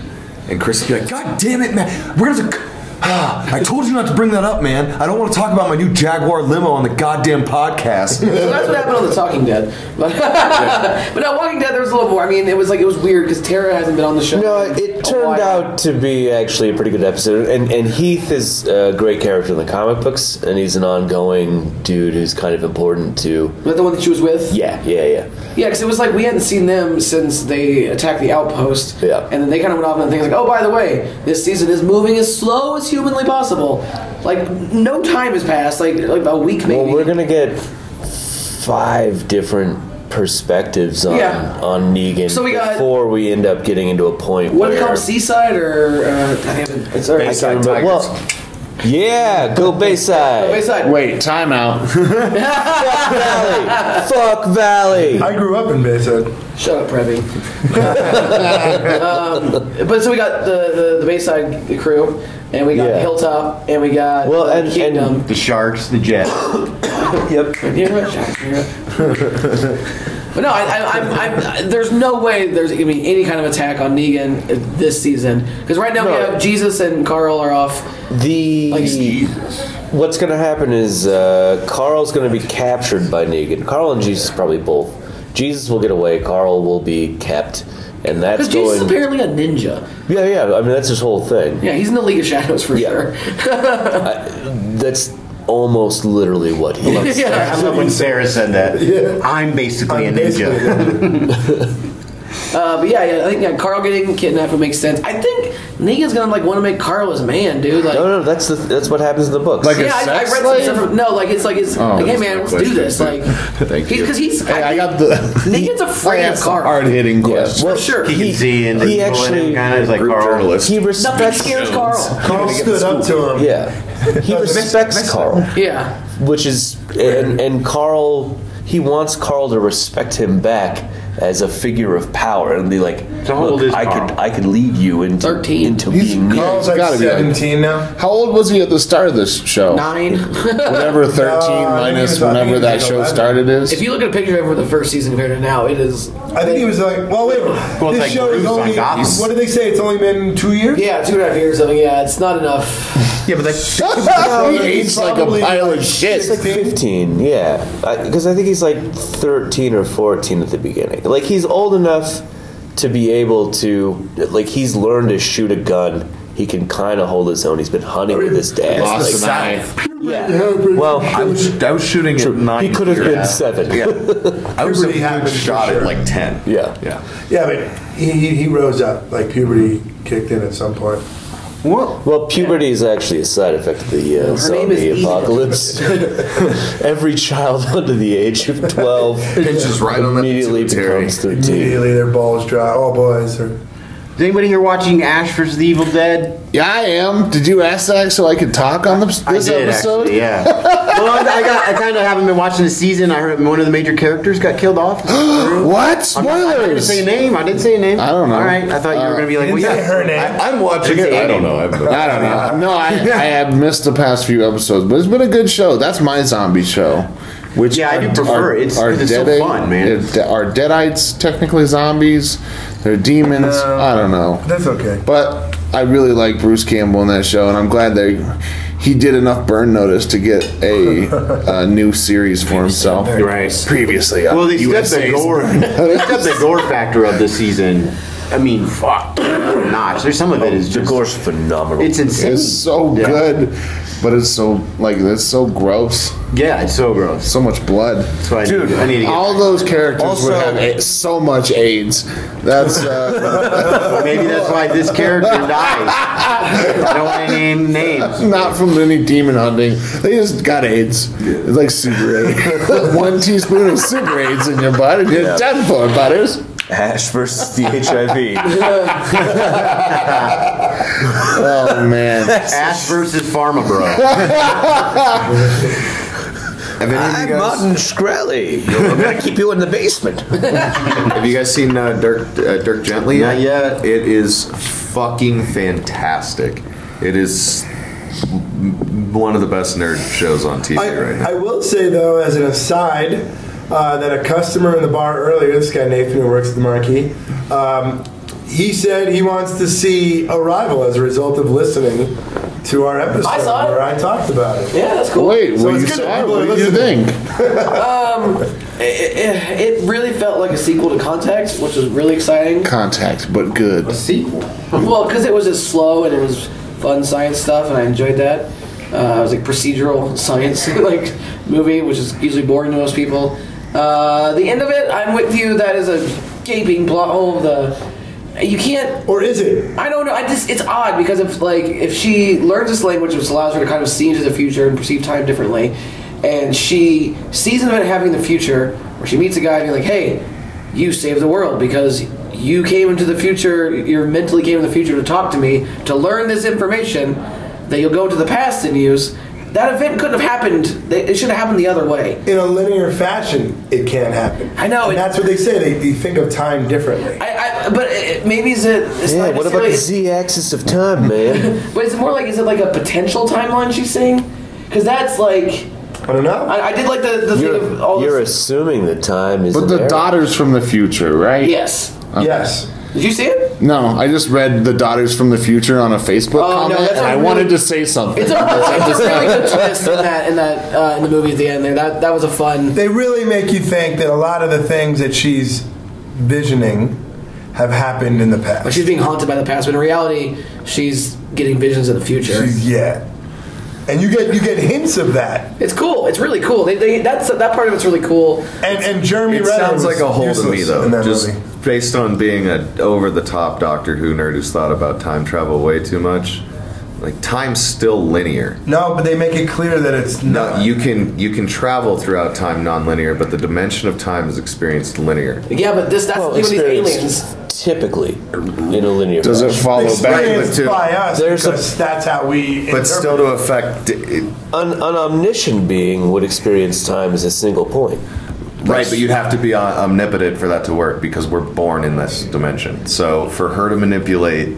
[SPEAKER 17] and Chris would be like, "God damn it, Matt! We're gonna." Ah, I told you not to bring that up, man. I don't want to talk about my new Jaguar limo on the goddamn podcast.
[SPEAKER 4] so that's what happened on The Talking Dead. But, but no, Walking Dead, there was a little more. I mean, it was like it was weird because Tara hasn't been on the show.
[SPEAKER 6] No,
[SPEAKER 4] in a
[SPEAKER 6] it turned
[SPEAKER 4] while.
[SPEAKER 6] out to be actually a pretty good episode. And, and Heath is a great character in the comic books, and he's an ongoing dude who's kind of important to.
[SPEAKER 4] Was that the one that she was with?
[SPEAKER 6] Yeah, yeah, yeah.
[SPEAKER 4] Yeah, because it was like we hadn't seen them since they attacked the outpost.
[SPEAKER 6] Yeah.
[SPEAKER 4] And then they kind of went off on things like, oh, by the way, this season is moving as slow as humanly possible. Like, no time has passed, like, like a week maybe.
[SPEAKER 6] Well, we're gonna get five different perspectives on
[SPEAKER 4] Yeah.
[SPEAKER 6] on Negan
[SPEAKER 4] So we got-
[SPEAKER 6] before we end up getting into a point
[SPEAKER 4] what
[SPEAKER 6] where.
[SPEAKER 4] comes Seaside or. Uh, I haven't- it's already.
[SPEAKER 6] I can't remember- Well, yeah, go Bayside.
[SPEAKER 4] Bayside.
[SPEAKER 10] Wait, timeout.
[SPEAKER 6] Fuck Valley. Fuck Valley.
[SPEAKER 9] I grew up in Bayside.
[SPEAKER 4] Shut up, Prevy. um, but so we got the, the, the Bayside crew, and we got
[SPEAKER 6] Yeah.
[SPEAKER 4] Hilltop, and we got
[SPEAKER 6] Well,
[SPEAKER 4] uh,
[SPEAKER 6] and- and-
[SPEAKER 4] Kingdom.
[SPEAKER 19] The Sharks, the Jets.
[SPEAKER 6] Yep.
[SPEAKER 4] Yeah, right, Jack, yeah. But no, I, I, I'm, I'm, there's no way there's going to be any kind of attack on Negan this season. Because right now we have Jesus and Carl are off.
[SPEAKER 6] The what's going to happen is uh, Carl's going to be captured by Negan. Carl and Jesus probably both. Jesus will get away. Carl will be kept, and that's
[SPEAKER 4] Because Jesus
[SPEAKER 6] going.
[SPEAKER 4] is apparently a ninja.
[SPEAKER 6] yeah, yeah. I mean, that's his whole thing.
[SPEAKER 4] Yeah, he's in the League of Shadows for sure.
[SPEAKER 6] That's almost literally what he is.
[SPEAKER 4] Yeah.
[SPEAKER 8] I love when Sarah said that. I'm basically a ninja.
[SPEAKER 4] Uh, but yeah, yeah, I think yeah, Carl getting kidnapped would make sense. I think Negan's gonna like want to make Carl his man, dude. Like,
[SPEAKER 6] no, no, that's the, that's what happens in the books.
[SPEAKER 4] yeah, I I read some stuff. From, no, like it's like it's like, hey man, let's do this. Like,
[SPEAKER 6] thank
[SPEAKER 4] because he's
[SPEAKER 20] Hey, I got the
[SPEAKER 4] Negan's afraid of Carl.
[SPEAKER 20] hard hitting questions.
[SPEAKER 6] Well,
[SPEAKER 4] sure.
[SPEAKER 8] He can see and
[SPEAKER 6] he
[SPEAKER 8] he actually
[SPEAKER 6] actually-
[SPEAKER 8] kind of like Carl.
[SPEAKER 6] He
[SPEAKER 4] Nothing
[SPEAKER 6] respects
[SPEAKER 4] scares Carl.
[SPEAKER 9] Carl stood up to him.
[SPEAKER 6] Yeah, he respects Carl.
[SPEAKER 4] Yeah.
[SPEAKER 6] which is and and Carl he wants Carl to respect him back as a figure of power and be like,
[SPEAKER 8] old
[SPEAKER 6] look,
[SPEAKER 8] is
[SPEAKER 6] I
[SPEAKER 8] Carl?"
[SPEAKER 6] could I could lead you into
[SPEAKER 4] 13.
[SPEAKER 6] into being me.
[SPEAKER 9] Carl's like
[SPEAKER 10] Gotta be like-
[SPEAKER 9] 17 now.
[SPEAKER 10] How old was he at the start of this show?
[SPEAKER 4] Nine.
[SPEAKER 10] Whatever 13
[SPEAKER 9] No, I think
[SPEAKER 10] minus
[SPEAKER 9] he was- I think he
[SPEAKER 10] whenever
[SPEAKER 9] was
[SPEAKER 10] that
[SPEAKER 9] like
[SPEAKER 10] show
[SPEAKER 9] 11.
[SPEAKER 10] started is.
[SPEAKER 4] If you look at a picture of him from the first season compared to now, it is.
[SPEAKER 9] I think he was like, well, wait,
[SPEAKER 8] Well, it's
[SPEAKER 9] this
[SPEAKER 8] like
[SPEAKER 9] show is
[SPEAKER 8] Bruce on
[SPEAKER 9] only,
[SPEAKER 8] Gotham.
[SPEAKER 9] what did they say? It's only been two years?
[SPEAKER 4] Yeah, two and a half years. I mean, yeah, it's not enough.
[SPEAKER 8] Yeah, but like,
[SPEAKER 10] he aged like a
[SPEAKER 9] probably
[SPEAKER 10] pile of shit.
[SPEAKER 6] He's like 15, yeah. Because I, think he's like 13 or 14 at the beginning. Like, he's old enough to be able to, like, he's learned to shoot a gun. He can kind of hold his own. He's been hunting with his dad.
[SPEAKER 21] Lost
[SPEAKER 6] Like,
[SPEAKER 21] an eye.
[SPEAKER 6] well,
[SPEAKER 21] I was, I was shooting at nine.
[SPEAKER 6] he could have been
[SPEAKER 21] Yeah.
[SPEAKER 6] seven.
[SPEAKER 21] Yeah. I was a
[SPEAKER 9] Puberty
[SPEAKER 21] good
[SPEAKER 9] happened for
[SPEAKER 21] shot at
[SPEAKER 9] sure.
[SPEAKER 21] like ten.
[SPEAKER 6] yeah.
[SPEAKER 21] Yeah.
[SPEAKER 9] Yeah, but he, he, he rose up. Like puberty kicked in at some point.
[SPEAKER 21] What?
[SPEAKER 6] Well, puberty is actually a side effect of the uh,
[SPEAKER 4] name is
[SPEAKER 6] zombie
[SPEAKER 4] Edith.
[SPEAKER 6] apocalypse. Every child under the age of 12
[SPEAKER 21] Pinches right on that
[SPEAKER 6] immediately
[SPEAKER 21] pituitary.
[SPEAKER 6] becomes 13.
[SPEAKER 9] Immediately their balls dry. All boys are.
[SPEAKER 8] Is anybody here watching Ash versus the Evil Dead?
[SPEAKER 10] Yeah, I am. Did you ask that so I could talk on the, this episode?
[SPEAKER 8] actually, yeah. well, I, I got, I kind of haven't been watching the season. I heard one of the major characters got killed off.
[SPEAKER 10] What?
[SPEAKER 8] I'm not- I didn't
[SPEAKER 10] Spoilers!
[SPEAKER 8] say a name. I didn't say a name.
[SPEAKER 10] I don't know.
[SPEAKER 8] All right. I thought you were
[SPEAKER 10] Uh,
[SPEAKER 8] going to be like,
[SPEAKER 9] Didn't
[SPEAKER 8] well,
[SPEAKER 9] say
[SPEAKER 8] yeah.
[SPEAKER 9] her name.
[SPEAKER 21] I'm watching it. I don't know. I've
[SPEAKER 10] I don't know. No, I, I have missed the past few episodes, but it's been a good show. That's my zombie show. Which
[SPEAKER 8] Yeah, I do prefer it. It's- 'cause it's so fun, man.
[SPEAKER 10] it- de- Are deadites technically zombies? They're demons.
[SPEAKER 9] No.
[SPEAKER 10] I don't know.
[SPEAKER 9] That's okay.
[SPEAKER 10] But I really like Bruce Campbell in that show, and I'm glad they he did enough burn notice to get a, a new series for himself.
[SPEAKER 8] Right.
[SPEAKER 10] Previously, uh, on
[SPEAKER 8] Well, they stepped the
[SPEAKER 10] USA's.
[SPEAKER 8] gore. they stepped the gore factor of this season. I mean, fuck, notch. There's some of it is
[SPEAKER 6] The
[SPEAKER 8] just
[SPEAKER 6] gore's phenomenal.
[SPEAKER 8] It's insane.
[SPEAKER 10] It's so
[SPEAKER 8] Yeah.
[SPEAKER 10] good, but it's so like it's so gross.
[SPEAKER 8] Yeah, it's so gross.
[SPEAKER 10] So much blood.
[SPEAKER 8] So I Dude, need, I need to get
[SPEAKER 10] All those characters would have a- so much AIDS. That's uh,
[SPEAKER 8] Maybe that's why this character dies. I don't want to name names.
[SPEAKER 10] not from any demon hunting. They just got AIDS. It's like super AIDS. One teaspoon of super AIDS in your body, you're done for, butters.
[SPEAKER 6] Ash versus the HIV.
[SPEAKER 10] Oh man,
[SPEAKER 8] Ash versus Pharma Bro.
[SPEAKER 21] Have any of you guys,
[SPEAKER 6] Martin Shkreli. I'm gonna keep you in the basement.
[SPEAKER 21] have you guys seen uh, Dirk uh, Dirk Gently?
[SPEAKER 8] Not yet.
[SPEAKER 21] It is fucking fantastic. It is m- one of the best nerd shows on TV right now.
[SPEAKER 9] I, I will say though, as an aside, uh, that a customer in the bar earlier, this guy Nathan who works at the Marquee, um, he said he wants to see Arrival as a result of listening to our episode
[SPEAKER 4] I saw it.
[SPEAKER 9] where I talked about it.
[SPEAKER 4] Yeah, that's cool.
[SPEAKER 10] wait,
[SPEAKER 9] So
[SPEAKER 10] well,
[SPEAKER 9] it's
[SPEAKER 10] you
[SPEAKER 9] good that
[SPEAKER 10] saw it.
[SPEAKER 9] people are
[SPEAKER 10] What do you
[SPEAKER 9] listening.
[SPEAKER 10] think?
[SPEAKER 4] Um, it, it, it really felt like a sequel to Contact, which was really exciting.
[SPEAKER 10] Contact, but good.
[SPEAKER 4] Sequel? Well, because it was just slow and it was fun science stuff, and I enjoyed that. Uh, it was like procedural science like movie, which is usually boring to most people. Uh, the end of it, I'm with you. That is a gaping plot hole. The you can't
[SPEAKER 9] Or is it?
[SPEAKER 4] I don't know. I just it's odd because if like if she learns this language, which allows her to kind of see into the future and perceive time differently, and she sees an event happening in the future where she meets a guy and be like, "Hey, you saved the world because you came into the future. You mentally came into the future to talk to me to learn this information that you'll go to the past and use." That event couldn't have happened. They- It should have happened the other way.
[SPEAKER 9] In a linear fashion, it can't happen.
[SPEAKER 4] I know,
[SPEAKER 9] And
[SPEAKER 4] it-
[SPEAKER 9] that's what they say. They, they think of time differently.
[SPEAKER 4] I, I, but it, maybe is it? It's
[SPEAKER 6] yeah,
[SPEAKER 4] not
[SPEAKER 6] what about
[SPEAKER 4] necessarily-
[SPEAKER 6] the z-axis of time, man?
[SPEAKER 4] But is it more like is it like a potential timeline she's seeing? Because that's like
[SPEAKER 9] I don't know.
[SPEAKER 4] I, I did like the, the thing of all
[SPEAKER 6] You're
[SPEAKER 4] the.
[SPEAKER 6] assuming the time is.
[SPEAKER 10] But the daughter's from the future, right?
[SPEAKER 4] Yes.
[SPEAKER 10] Okay.
[SPEAKER 9] Yes.
[SPEAKER 4] Did you see it?
[SPEAKER 10] No, I just read the daughters from the future on a Facebook
[SPEAKER 4] Oh, no,
[SPEAKER 10] comment,
[SPEAKER 4] that's
[SPEAKER 10] and
[SPEAKER 4] a
[SPEAKER 10] I
[SPEAKER 4] really-
[SPEAKER 10] wanted to say something.
[SPEAKER 4] It's a, it's a really good twist in that in that uh, in the movie at the end there. That that was a fun.
[SPEAKER 9] They really make you think that a lot of the things that she's visioning have happened in the past.
[SPEAKER 4] But she's being haunted by the past, but in reality, she's getting visions of the future.
[SPEAKER 9] She's- yeah. And you get you get hints of that.
[SPEAKER 4] It's cool. It's really cool. They, they, that's that part of it's really cool.
[SPEAKER 9] And and Jeremy
[SPEAKER 14] It
[SPEAKER 9] Renner
[SPEAKER 14] sounds
[SPEAKER 9] was
[SPEAKER 14] like a hole to me,
[SPEAKER 9] useless
[SPEAKER 14] though.
[SPEAKER 9] in that
[SPEAKER 14] Just
[SPEAKER 9] movie.
[SPEAKER 14] based on being an over the top Doctor Who nerd who's thought about time travel way too much, like time's still linear.
[SPEAKER 9] No, but they make it clear that it's
[SPEAKER 14] No, you can you can travel throughout time non-linear, but the dimension of time is experienced linear.
[SPEAKER 4] Yeah, but this that's the thing with these aliens.
[SPEAKER 6] Typically, in a linear.
[SPEAKER 14] Does it
[SPEAKER 6] fashion.
[SPEAKER 14] follow back
[SPEAKER 9] Experienced
[SPEAKER 14] to-
[SPEAKER 9] by us
[SPEAKER 6] There's a-
[SPEAKER 9] because that's how we. interpret it.
[SPEAKER 14] to affect an,
[SPEAKER 6] an omniscient being would experience time as a single point.
[SPEAKER 14] Right, but you'd have to be uh, omnipotent for that to work because we're born in this dimension. So for her to manipulate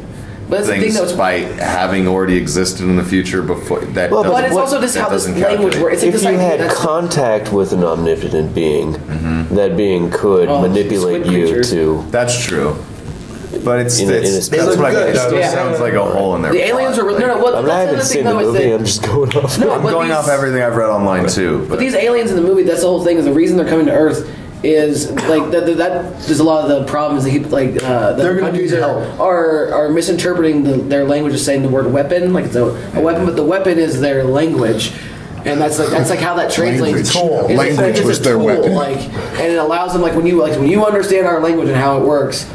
[SPEAKER 4] But that's the thing,
[SPEAKER 14] things
[SPEAKER 4] though.
[SPEAKER 14] by having already existed in the future before that.
[SPEAKER 6] Well, but
[SPEAKER 14] doesn't-
[SPEAKER 6] it's also
[SPEAKER 4] just
[SPEAKER 14] that
[SPEAKER 4] how this
[SPEAKER 14] doesn't
[SPEAKER 4] language
[SPEAKER 14] calculate.
[SPEAKER 4] works. It's like
[SPEAKER 6] if
[SPEAKER 4] this
[SPEAKER 6] you
[SPEAKER 4] idea
[SPEAKER 6] had
[SPEAKER 4] that's-
[SPEAKER 6] contact with an omnipotent being, that being could
[SPEAKER 4] Oh,
[SPEAKER 6] manipulate
[SPEAKER 4] squid
[SPEAKER 6] you
[SPEAKER 4] creatures.
[SPEAKER 6] to.
[SPEAKER 14] That's true. But it's,
[SPEAKER 6] In a-
[SPEAKER 14] it's-
[SPEAKER 6] in a
[SPEAKER 14] that's
[SPEAKER 6] space-
[SPEAKER 14] what I
[SPEAKER 6] They
[SPEAKER 14] mean. It
[SPEAKER 6] look
[SPEAKER 14] still
[SPEAKER 6] good, though.
[SPEAKER 14] sounds like a hole in there.
[SPEAKER 4] The aliens are no no. What,
[SPEAKER 6] I, mean, I
[SPEAKER 4] that's the
[SPEAKER 6] haven't
[SPEAKER 4] thing
[SPEAKER 6] seen the
[SPEAKER 4] though is
[SPEAKER 6] movie.
[SPEAKER 4] that
[SPEAKER 6] I'm just going off.
[SPEAKER 4] No,
[SPEAKER 14] I'm
[SPEAKER 4] but
[SPEAKER 14] going
[SPEAKER 4] these-
[SPEAKER 14] off everything I've read online too. But,
[SPEAKER 4] But these aliens in the movie, that's the whole thing. Is the reason they're coming to Earth is like that. that- that there's a lot of the problems they keep like uh, the
[SPEAKER 9] They're gonna
[SPEAKER 4] countries
[SPEAKER 9] need
[SPEAKER 4] are,
[SPEAKER 9] help.
[SPEAKER 4] are are misinterpreting the, their language as saying the word weapon, like it's a, a weapon, but the weapon is their language. And that's like that's like how that translates.
[SPEAKER 10] Language. Tool.
[SPEAKER 4] It's like-
[SPEAKER 10] Language
[SPEAKER 4] it's a
[SPEAKER 10] was their
[SPEAKER 4] tool,
[SPEAKER 10] weapon.
[SPEAKER 4] Like, and it allows them like when you like when you understand our language and how it works,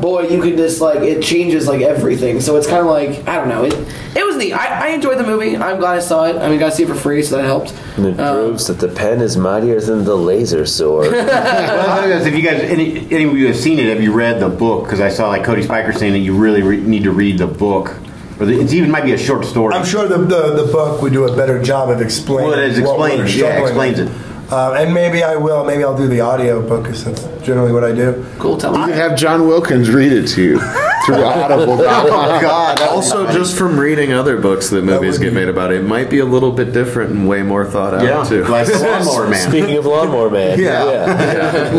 [SPEAKER 4] boy, you can just like it changes like everything. So it's kind of like I don't know. It it was neat. I, I enjoyed the movie. I'm glad I saw it. I mean, got to see it for free, so that helped.
[SPEAKER 6] And it
[SPEAKER 4] Uh,
[SPEAKER 6] proves that the pen is mightier than the laser sword.
[SPEAKER 19] well, I guess if you guys, any, any of you have seen it, have you read the book? Because I saw like Cody Spiker saying that you really re- need to read the book, or the, it even might be a short story.
[SPEAKER 9] I'm sure the, the, the book would do a better job of explaining.
[SPEAKER 19] Well, it is
[SPEAKER 9] what we're
[SPEAKER 19] explained. Yeah,
[SPEAKER 9] struggling
[SPEAKER 19] explains
[SPEAKER 9] with. Uh, and maybe I will. Maybe I'll do the audio book because that's generally what I do.
[SPEAKER 4] Cool. Tell
[SPEAKER 10] You could have John Wilkins read it to you through Audible. Oh,
[SPEAKER 14] God. Also, just from reading other books that movies get made about, it might be a little bit different and way more thought out
[SPEAKER 19] Yeah,
[SPEAKER 14] too.
[SPEAKER 19] like the Lawnmower Man.
[SPEAKER 6] Speaking of lawnmower man,
[SPEAKER 14] Yeah.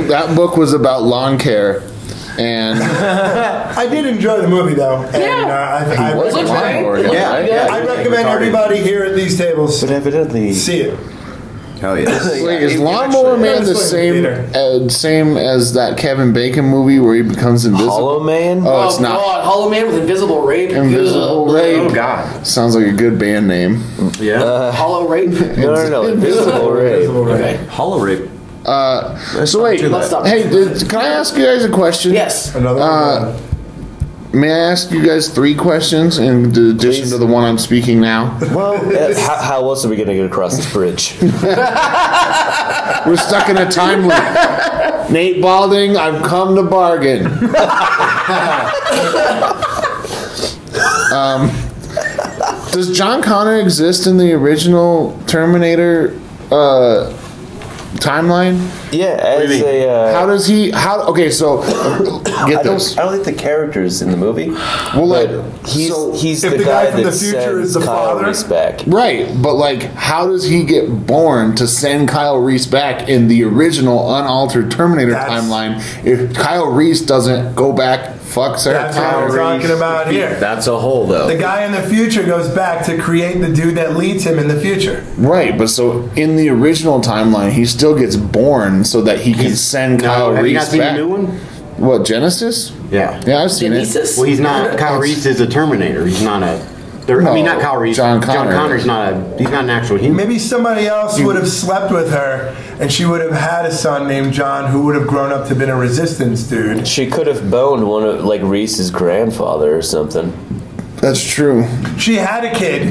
[SPEAKER 10] that book was about lawn care, and
[SPEAKER 9] I did enjoy the movie though. And, uh, I, I,
[SPEAKER 10] was
[SPEAKER 9] recommend-
[SPEAKER 10] a lawnmower guy, Yeah. right? Yeah.
[SPEAKER 9] I recommend
[SPEAKER 10] Retarded.
[SPEAKER 9] everybody here at these tables
[SPEAKER 6] but evidently,
[SPEAKER 9] see it.
[SPEAKER 14] Hell yes.
[SPEAKER 10] Wait, is Lawnmower Man the same uh, same as that Kevin Bacon movie where he becomes invisible?
[SPEAKER 6] Hollow Man.
[SPEAKER 10] Oh, it's not.
[SPEAKER 4] God, Hollow Man with Invisible Rape.
[SPEAKER 10] Invisible
[SPEAKER 4] Ugh.
[SPEAKER 10] Raid.
[SPEAKER 19] Oh God.
[SPEAKER 10] Sounds like a good band name.
[SPEAKER 19] Yeah.
[SPEAKER 4] Hollow Rape.
[SPEAKER 6] No, no, no, Invisible Ray.
[SPEAKER 4] Okay.
[SPEAKER 14] Hollow rape.
[SPEAKER 10] Uh, so wait,
[SPEAKER 4] Let's stop.
[SPEAKER 10] hey, did, can I ask you guys a question?
[SPEAKER 4] Yes.
[SPEAKER 9] Another
[SPEAKER 10] Uh, May I ask you guys three questions in addition to the one I'm speaking now?
[SPEAKER 6] Well, how, how else are we going to get across this bridge?
[SPEAKER 10] We're stuck in a time loop. Nate Balding, I've come to bargain. um, does John Connor exist in the original Terminator uh, timeline?
[SPEAKER 6] Yeah, as a. Uh,
[SPEAKER 10] How does he? How? Okay, so uh,
[SPEAKER 6] I
[SPEAKER 10] get
[SPEAKER 6] don't,
[SPEAKER 10] this.
[SPEAKER 6] I don't think the character is in the movie.
[SPEAKER 10] Well, like,
[SPEAKER 6] He's, he's
[SPEAKER 9] if
[SPEAKER 6] the,
[SPEAKER 9] the guy
[SPEAKER 6] guy,
[SPEAKER 9] from
[SPEAKER 6] that
[SPEAKER 9] the future
[SPEAKER 6] sends
[SPEAKER 9] is the
[SPEAKER 6] Kyle
[SPEAKER 9] father-
[SPEAKER 6] Reese back.
[SPEAKER 10] Right, but like, how does he get born to send Kyle Reese back in the original unaltered Terminator
[SPEAKER 9] That's-
[SPEAKER 10] timeline if Kyle Reese doesn't go back, fuck Sarah
[SPEAKER 9] That's what I'm
[SPEAKER 10] Connor?
[SPEAKER 9] talking about here.
[SPEAKER 14] That's a hole, though.
[SPEAKER 9] The guy in the future goes back to create the dude that leads him in the future.
[SPEAKER 10] Right, but so in the original timeline, he still gets born so that he can send Kyle
[SPEAKER 19] have
[SPEAKER 10] Reese
[SPEAKER 19] you not seen
[SPEAKER 10] back.
[SPEAKER 19] the new one?
[SPEAKER 10] What Genesis?
[SPEAKER 19] Yeah.
[SPEAKER 10] Yeah, I've seen
[SPEAKER 4] Genesis?
[SPEAKER 19] Well, he's not. Kyle Reese is a Terminator. He's not a. They're, I mean,
[SPEAKER 10] No,
[SPEAKER 19] not Kyle Reese.
[SPEAKER 10] John Connor.
[SPEAKER 19] John Connor's not a. He's not an actual human.
[SPEAKER 9] Maybe somebody else would have slept with her, and she would have had a son named John who would have grown up to been a resistance dude.
[SPEAKER 6] She could have boned one of like Reese's grandfather or something.
[SPEAKER 10] it. That's true.
[SPEAKER 9] She had a kid,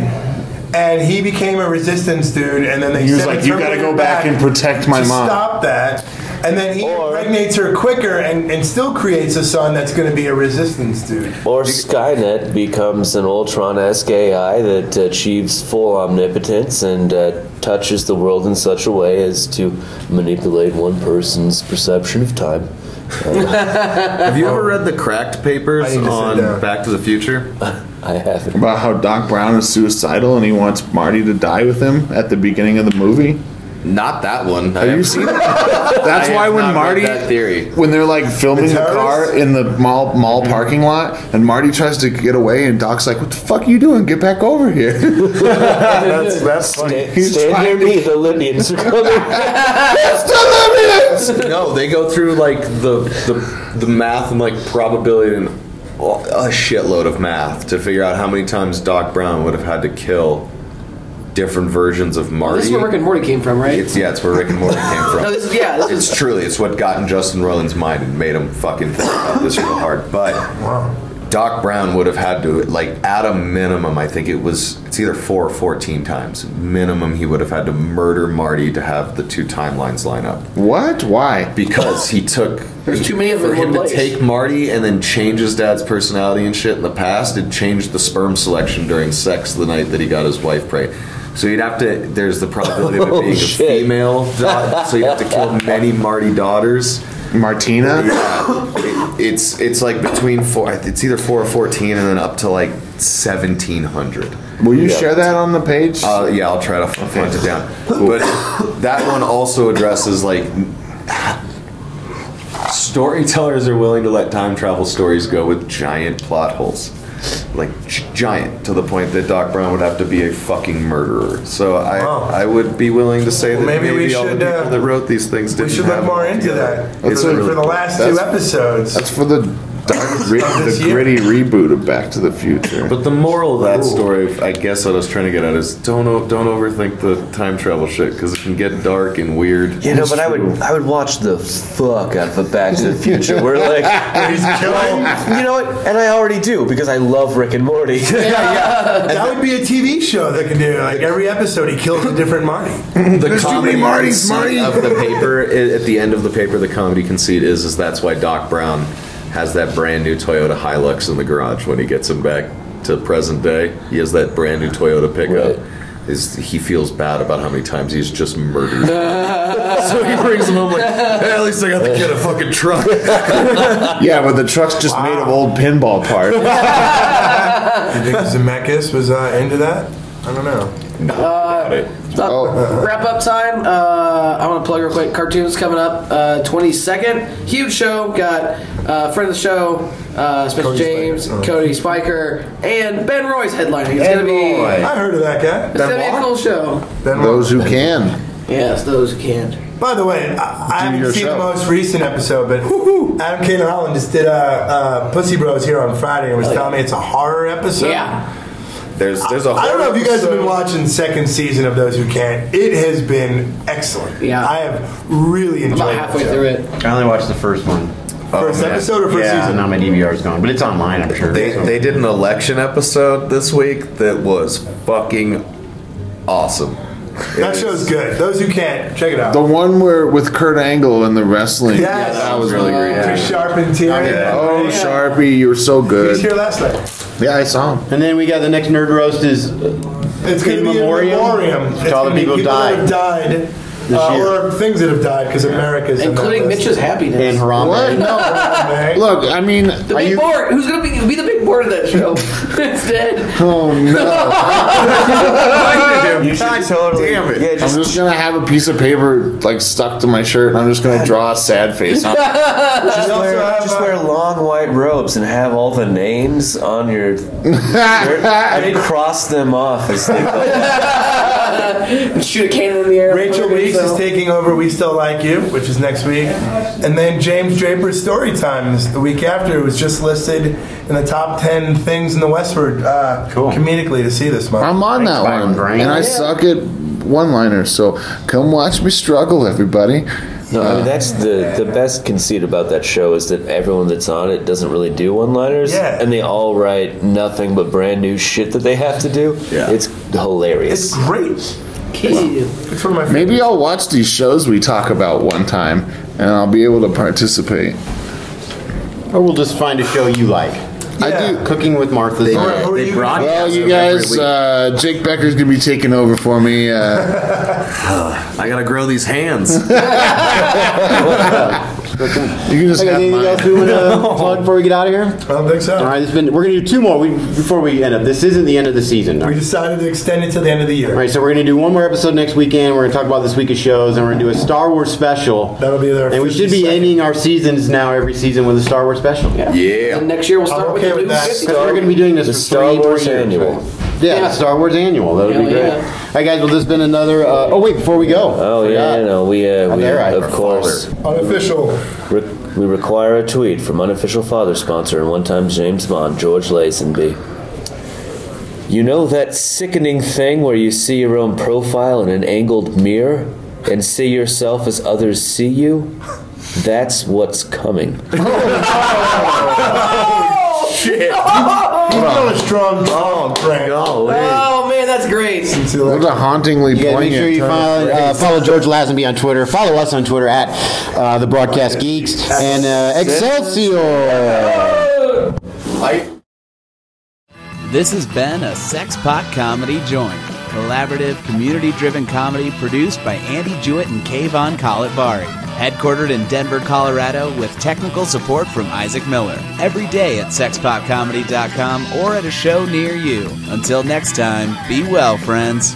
[SPEAKER 9] and he became a resistance dude, and then they
[SPEAKER 10] He was
[SPEAKER 9] sent a
[SPEAKER 10] like, "You gotta
[SPEAKER 9] Terminator
[SPEAKER 10] go back and protect my
[SPEAKER 9] to
[SPEAKER 10] mom."
[SPEAKER 9] Stop that. And then he impregnates her quicker and, and still creates a son that's going to be a resistance dude.
[SPEAKER 6] Or Skynet becomes an Ultron-esque AI that achieves full omnipotence and uh, touches the world in such a way as to manipulate one person's perception of time.
[SPEAKER 14] Have you ever read the Cracked papers
[SPEAKER 9] I need to sit
[SPEAKER 14] on
[SPEAKER 9] down.
[SPEAKER 14] Back to the Future?
[SPEAKER 6] I haven't.
[SPEAKER 22] About how Doc Brown is suicidal and he wants Marty to die with him at the beginning of the movie.
[SPEAKER 10] Not that one.
[SPEAKER 22] Have you seen that? That's
[SPEAKER 10] I
[SPEAKER 22] why
[SPEAKER 10] have
[SPEAKER 22] when
[SPEAKER 10] not read
[SPEAKER 22] Marty
[SPEAKER 10] that theory.
[SPEAKER 22] when they're like filming
[SPEAKER 10] The
[SPEAKER 22] the,
[SPEAKER 10] terrorist?
[SPEAKER 22] car in the mall mall parking lot and Marty tries to get away and Doc's like, "What the fuck are you doing? Get back over here."
[SPEAKER 23] That's- that's funny.
[SPEAKER 22] He's
[SPEAKER 6] Stand near me, the Lydians are coming.
[SPEAKER 10] no, they go through like the the the math and like probability and a shitload of math to figure out how many times Doc Brown would have had to kill different versions of Marty.
[SPEAKER 4] This is where Rick and Morty came from, right?
[SPEAKER 10] It's yeah, it's where Rick and Morty came from.
[SPEAKER 4] No, this is- yeah, this
[SPEAKER 10] it's truly it's what got in Justin Roiland's mind and made him fucking think about this real hard. But Doc Brown would have had to like at a minimum, I think it was it's either four or fourteen times minimum he would have had to murder Marty to have the two timelines line up.
[SPEAKER 22] What? Why?
[SPEAKER 10] Because he took
[SPEAKER 4] There's too many of them
[SPEAKER 10] for
[SPEAKER 4] in one
[SPEAKER 10] him to
[SPEAKER 4] place.
[SPEAKER 10] take Marty and then change his dad's personality and shit in the past, it changed the sperm selection during sex the night that he got his wife pregnant. So you'd have to. There's the probability of it
[SPEAKER 6] Oh,
[SPEAKER 10] being
[SPEAKER 6] shit.
[SPEAKER 10] a female. da- so you would have to kill many Marty daughters.
[SPEAKER 22] Martina.
[SPEAKER 10] Yeah, It- it's it's like between four. It's either four or fourteen, and then up to like seventeen hundred.
[SPEAKER 22] Will you share that on the page?
[SPEAKER 10] Uh, yeah, I'll try to f- hunt it down. But that one also addresses like storytellers are willing to let time travel stories go with giant plot holes, like gi- giant to the point that Doc Brown would have to be a fucking murderer. So I I would be willing to say
[SPEAKER 9] Well,
[SPEAKER 10] that maybe,
[SPEAKER 9] maybe we
[SPEAKER 10] all the
[SPEAKER 9] should,
[SPEAKER 10] people
[SPEAKER 9] uh,
[SPEAKER 10] that wrote these things
[SPEAKER 9] We
[SPEAKER 10] didn't
[SPEAKER 9] should look
[SPEAKER 10] have it
[SPEAKER 9] more
[SPEAKER 10] all
[SPEAKER 9] into
[SPEAKER 10] together.
[SPEAKER 9] that. That's
[SPEAKER 10] It's
[SPEAKER 9] like
[SPEAKER 10] really
[SPEAKER 9] for the
[SPEAKER 10] cool.
[SPEAKER 9] last
[SPEAKER 10] That's-
[SPEAKER 9] two episodes.
[SPEAKER 22] That's for the dark, grit,
[SPEAKER 9] This
[SPEAKER 22] the
[SPEAKER 9] year?
[SPEAKER 22] gritty reboot of Back to the Future.
[SPEAKER 10] But the moral of that story, I guess, what I was trying to get at is don't o- don't overthink the time travel shit because it can get dark and weird.
[SPEAKER 6] You know, but I would I would watch the fuck out of a Back to the Future. We're like,
[SPEAKER 9] He's killing.
[SPEAKER 6] you know what? And I already do because I love Rick and Morty.
[SPEAKER 9] That would be a TV show that could do like every episode he kills a different Marty.
[SPEAKER 10] the
[SPEAKER 9] There's too
[SPEAKER 10] comedy
[SPEAKER 9] many Martys,
[SPEAKER 10] conceit
[SPEAKER 9] Marty.
[SPEAKER 10] of the paper i- at the end of the paper, the comedy conceit is is that's why Doc Brown has that brand new Toyota Hilux in the garage when he gets him back to present day. He has that brand new Toyota pickup. Is he feels bad about how many times he's just murdered. so he brings him home like, hey, at least I got the kid a fucking truck.
[SPEAKER 22] yeah, but the truck's just made of old pinball parts.
[SPEAKER 9] You think Zemeckis was uh, into that? I don't know.
[SPEAKER 4] Uh,
[SPEAKER 10] Oh.
[SPEAKER 4] Wrap up time. Uh, I want to plug real quick. Cartoons coming up uh, 22nd. Huge show. Got uh, friend of the show, uh, Spencer James, Cody Spiker, and Ben Roy's headlining. It's going to be.
[SPEAKER 9] I heard of that guy.
[SPEAKER 4] It's going to be a cool show.
[SPEAKER 22] Those who can.
[SPEAKER 4] Yes, those who can.
[SPEAKER 9] By the way, I, I
[SPEAKER 22] your
[SPEAKER 9] haven't seen
[SPEAKER 22] show.
[SPEAKER 9] the most recent episode, but Adam K. Holland just did uh, uh, Pussy Bros here on Friday and was telling me it's a horror episode.
[SPEAKER 4] Yeah.
[SPEAKER 10] There's there's a
[SPEAKER 9] I don't know if you guys have
[SPEAKER 10] episode-
[SPEAKER 9] been watching second season of Those Who Can. It has been excellent.
[SPEAKER 4] Yeah.
[SPEAKER 9] I have really enjoyed
[SPEAKER 4] About
[SPEAKER 9] the
[SPEAKER 4] halfway
[SPEAKER 9] show.
[SPEAKER 4] through it.
[SPEAKER 8] I only watched the first one.
[SPEAKER 9] First episode or first
[SPEAKER 8] yeah,
[SPEAKER 9] season?
[SPEAKER 8] Now my DVR is gone, but it's online. I'm sure.
[SPEAKER 10] They,
[SPEAKER 8] so.
[SPEAKER 10] they did an election episode this week that was fucking awesome.
[SPEAKER 9] That show's good. Those Who Can, check it out.
[SPEAKER 22] The one where with Kurt Angle and the wrestling.
[SPEAKER 9] Yes. Yeah, that was
[SPEAKER 10] really great.
[SPEAKER 9] Too sharp and teary.
[SPEAKER 22] Oh,
[SPEAKER 9] Yeah.
[SPEAKER 22] Sharpie, you were so
[SPEAKER 9] He
[SPEAKER 22] good.
[SPEAKER 9] was here last night.
[SPEAKER 22] Yeah, I saw him.
[SPEAKER 8] And then we got the next nerd roast is uh,
[SPEAKER 9] It's going
[SPEAKER 8] In
[SPEAKER 9] to be
[SPEAKER 8] memoriam?
[SPEAKER 9] a memoriam.
[SPEAKER 8] To
[SPEAKER 9] It's
[SPEAKER 8] all the
[SPEAKER 9] gonna be
[SPEAKER 8] people who
[SPEAKER 9] that have died.
[SPEAKER 8] This
[SPEAKER 9] uh,
[SPEAKER 8] year.
[SPEAKER 9] Or things that have died because America's in that
[SPEAKER 4] Including
[SPEAKER 9] list.
[SPEAKER 4] Mitch's happiness.
[SPEAKER 8] and Harambe.
[SPEAKER 22] What?
[SPEAKER 9] No, man.
[SPEAKER 22] Look, I mean,
[SPEAKER 4] The
[SPEAKER 22] are
[SPEAKER 4] big
[SPEAKER 22] you?
[SPEAKER 4] board. Who's going to be, be the big board of that show? it's dead.
[SPEAKER 22] Oh no!
[SPEAKER 8] You should just- Damn it.
[SPEAKER 6] Yeah,
[SPEAKER 22] I'm
[SPEAKER 6] just
[SPEAKER 22] just gonna have a piece of paper like stuck to my shirt, and I'm just gonna draw a sad face on. it.
[SPEAKER 6] just
[SPEAKER 9] also
[SPEAKER 6] wear,
[SPEAKER 9] have,
[SPEAKER 6] just
[SPEAKER 9] uh,
[SPEAKER 6] wear long white robes and have all the names on your. I did cross them off as they go.
[SPEAKER 4] Shoot a cannon in the air.
[SPEAKER 9] Rachel Weeks is taking over We Still Like You, which is next week. And then James Draper's Story Time is the week after. It was just listed in the top 10 things in the Westward uh, comedically to see this month.
[SPEAKER 22] I'm on that
[SPEAKER 8] Like
[SPEAKER 22] one,
[SPEAKER 8] Brian
[SPEAKER 22] and I
[SPEAKER 8] Grant.
[SPEAKER 22] suck at one-liners. So come watch me struggle, everybody.
[SPEAKER 6] No, I mean that's the the best conceit about that show is that everyone that's on it doesn't really do one-liners,
[SPEAKER 9] Yeah.
[SPEAKER 6] and they all write nothing but brand new shit that they have to do.
[SPEAKER 10] Yeah.
[SPEAKER 6] It's hilarious.
[SPEAKER 9] It's great.
[SPEAKER 4] Kill you.
[SPEAKER 9] It's one of my favorites.
[SPEAKER 22] Maybe I'll watch these shows we talk about one time, and I'll be able to participate.
[SPEAKER 8] Or we'll just find a show you like. Uh,
[SPEAKER 22] I do.
[SPEAKER 8] Cooking with Martha. They,
[SPEAKER 9] who are you-
[SPEAKER 22] Well, you guys, uh, Jake Becker's gonna be taking over for me. Uh,
[SPEAKER 10] I gotta grow these hands.
[SPEAKER 8] That's it.
[SPEAKER 10] You can just
[SPEAKER 8] okay,
[SPEAKER 10] have
[SPEAKER 8] anything
[SPEAKER 10] mine.
[SPEAKER 8] else we want to
[SPEAKER 10] No.
[SPEAKER 8] plug before we get out of here? I
[SPEAKER 9] don't think so.
[SPEAKER 8] All right, this has been, we're going to do two more we, before we end up. This isn't the end of the season.
[SPEAKER 9] We decided to extend it to the end of the year.
[SPEAKER 8] All right, so we're going to do one more episode next weekend. We're going to talk about this week of shows, and we're going to do a Star Wars special.
[SPEAKER 9] That'll be there.
[SPEAKER 8] And we should be ending our seasons now every season with a Star Wars special. Yeah.
[SPEAKER 4] And next year we'll start with the new
[SPEAKER 8] Because we're going to be doing this the Star Wars annual. Yeah, Star Wars annual. That would be
[SPEAKER 4] Hell
[SPEAKER 8] great.
[SPEAKER 4] yeah.
[SPEAKER 8] All right, guys. Well, this has been another. Uh, oh wait, before we go.
[SPEAKER 6] Oh yeah, no, we uh, we
[SPEAKER 8] there I
[SPEAKER 6] of course
[SPEAKER 9] Unofficial.
[SPEAKER 6] re- we require a tweet from unofficial father sponsor and one time James Bond George Lazenby. You know that sickening thing where you see your own profile in an angled mirror and see yourself as others see you? That's what's coming.
[SPEAKER 9] Shit. You got a strong bomb, Frank.
[SPEAKER 4] Oh man, that's great.
[SPEAKER 10] What a hauntingly
[SPEAKER 8] You guys make
[SPEAKER 10] poignant.
[SPEAKER 8] sure you
[SPEAKER 10] turn of
[SPEAKER 8] follow, uh,
[SPEAKER 10] phrase.
[SPEAKER 8] follow George Lazenby on Twitter. Follow us on Twitter at uh, the Broadcast Geeks and uh, Excelsior.
[SPEAKER 1] This has been a Sexpot Comedy Joint, collaborative, community driven comedy produced by Andy Jewett and Kayvon Kalatvari. Headquartered in Denver, Colorado, with technical support from Isaac Miller. Every day at sexpotcomedy.com or at a show near you. Until next time, be well, friends.